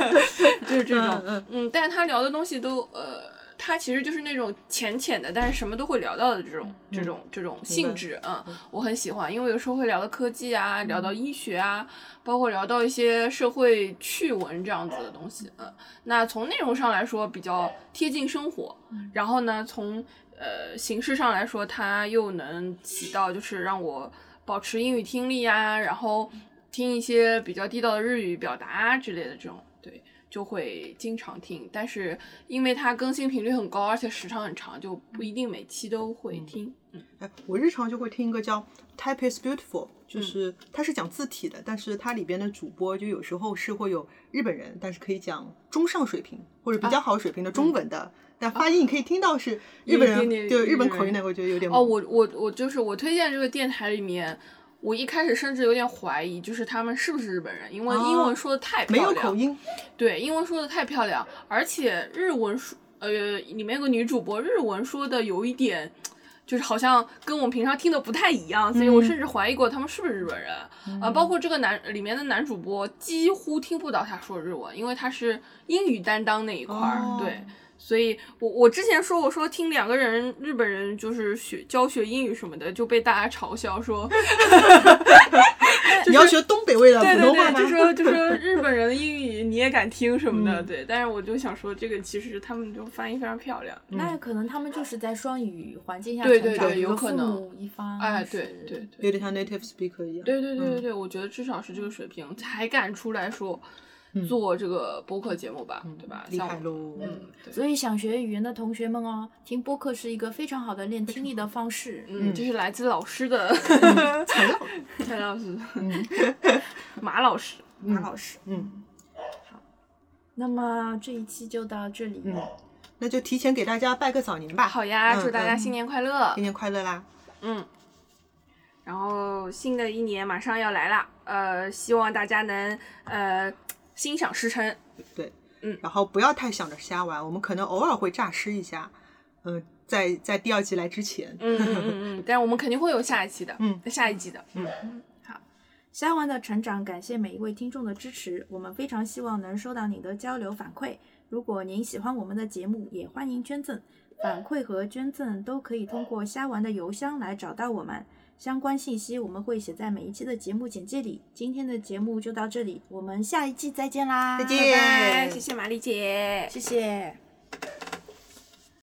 S4: 就是这种。嗯但是他聊的东西都呃。他其实就是那种浅浅的，但是什么都会聊到的这种、这种这种性质，嗯，我很喜欢，因为有时候会聊到科技啊，聊到医学啊，包括聊到一些社会趣闻这样子的东西，嗯，那从内容上来说比较贴近生活，然后呢，从呃形式上来说，它又能起到就是让我保持英语听力啊，然后听一些比较地道的日语表达啊之类的这种，对，就会经常听。但是因为它更新频率很高，而且时长很长，就不一定每期都会听。嗯
S3: 哎，我日常就会听一个叫《Type is Beautiful》，就是
S4: 嗯
S3: 它是讲字体的，但是它里边的主播就有时候是会有日本人，但是可以讲中上水平或者比较好水平的中文的，但发音你可以听到是日本人，
S4: 啊嗯有一点点
S3: 对
S4: 日
S3: 日本
S4: 本
S3: 口
S4: 人
S3: 音的，我觉得有点
S4: 哦，我我我就是我推荐这个电台里面。我一开始甚至有点怀疑，就是他们是不是日本人，因为英文说的太漂
S3: 哦没
S4: 亮，
S3: 有口音，
S4: 对，英文说的太漂亮，而且日文说，呃，里面有个女主播，日文说的有一点，就是好像跟我们平常听的不太一样，所以我甚
S3: 嗯
S4: 至怀疑过他们是不是日本人啊、呃包括这个男里面的男主播，几乎听不到他说日文，因为他是英语担当那一块儿，
S3: 哦
S4: 对。所以我，我之前说，我说听两个人日本人就是学教学英语什么的，就被大家嘲笑说
S3: 你要学东北味的
S4: 对
S3: 啊普
S4: 对
S3: 通话
S4: 对，
S3: 吗？
S4: 就说就说日本人的英语你也敢听什么
S3: 嗯
S4: 的，对。但是我就想说，这个其实他们就翻译非常漂亮。
S5: 那可能他们就是在双语环境下
S4: 对
S5: 成
S4: 对
S5: 长，
S4: 对
S5: 比
S4: 有
S5: 如
S4: 可
S5: 父
S4: 能
S5: 母一方
S3: 嗯
S4: 哎，
S5: 是
S4: 对对对。
S3: 有点像 native speaker 一样。
S4: 对对对对对，我觉得至少是这个水平才敢出来说
S3: 嗯
S4: 做这个播客节目吧，对吧？
S3: 厉
S4: 像
S3: 害
S4: 我
S3: 喽！
S4: 嗯，对，
S5: 所以想学语言的同学们哦，听播客是一个非常好的练听力的方式。
S4: 嗯，这是来自老师的
S3: 嗯
S4: 蔡老师， 马老师，
S5: 马老师，
S3: 嗯，
S5: 那么这一期就到这里。
S3: 嗯那就提前给大家拜个早年吧，
S4: 啊好呀，
S3: 嗯
S4: 祝大家新年快乐
S3: 新，年快乐啦！
S4: 嗯。然后新的一年马上要来了，呃，希望大家能呃心想事成，
S3: 对，
S4: 嗯
S3: 然后不要太想着瞎玩，我们可能偶尔会诈尸一下，嗯、在在第二季来之前，
S4: 嗯嗯嗯， 嗯，但是我们肯定会有下一期的，
S3: 嗯，
S4: 下一季的，
S2: 虾丸的成长，感谢每一位听众的支持，我们非常希望能收到您的交流反馈。如果您喜欢我们的节目，也欢迎捐赠，反馈和捐赠都可以通过虾丸的邮箱来找到我们。相关信息我们会写在每一期的节目简介里。今天的节目就到这里，我们下一季再见啦！
S3: 再
S4: 拜
S3: 见，
S4: 拜，谢谢玛丽姐，
S5: 谢谢。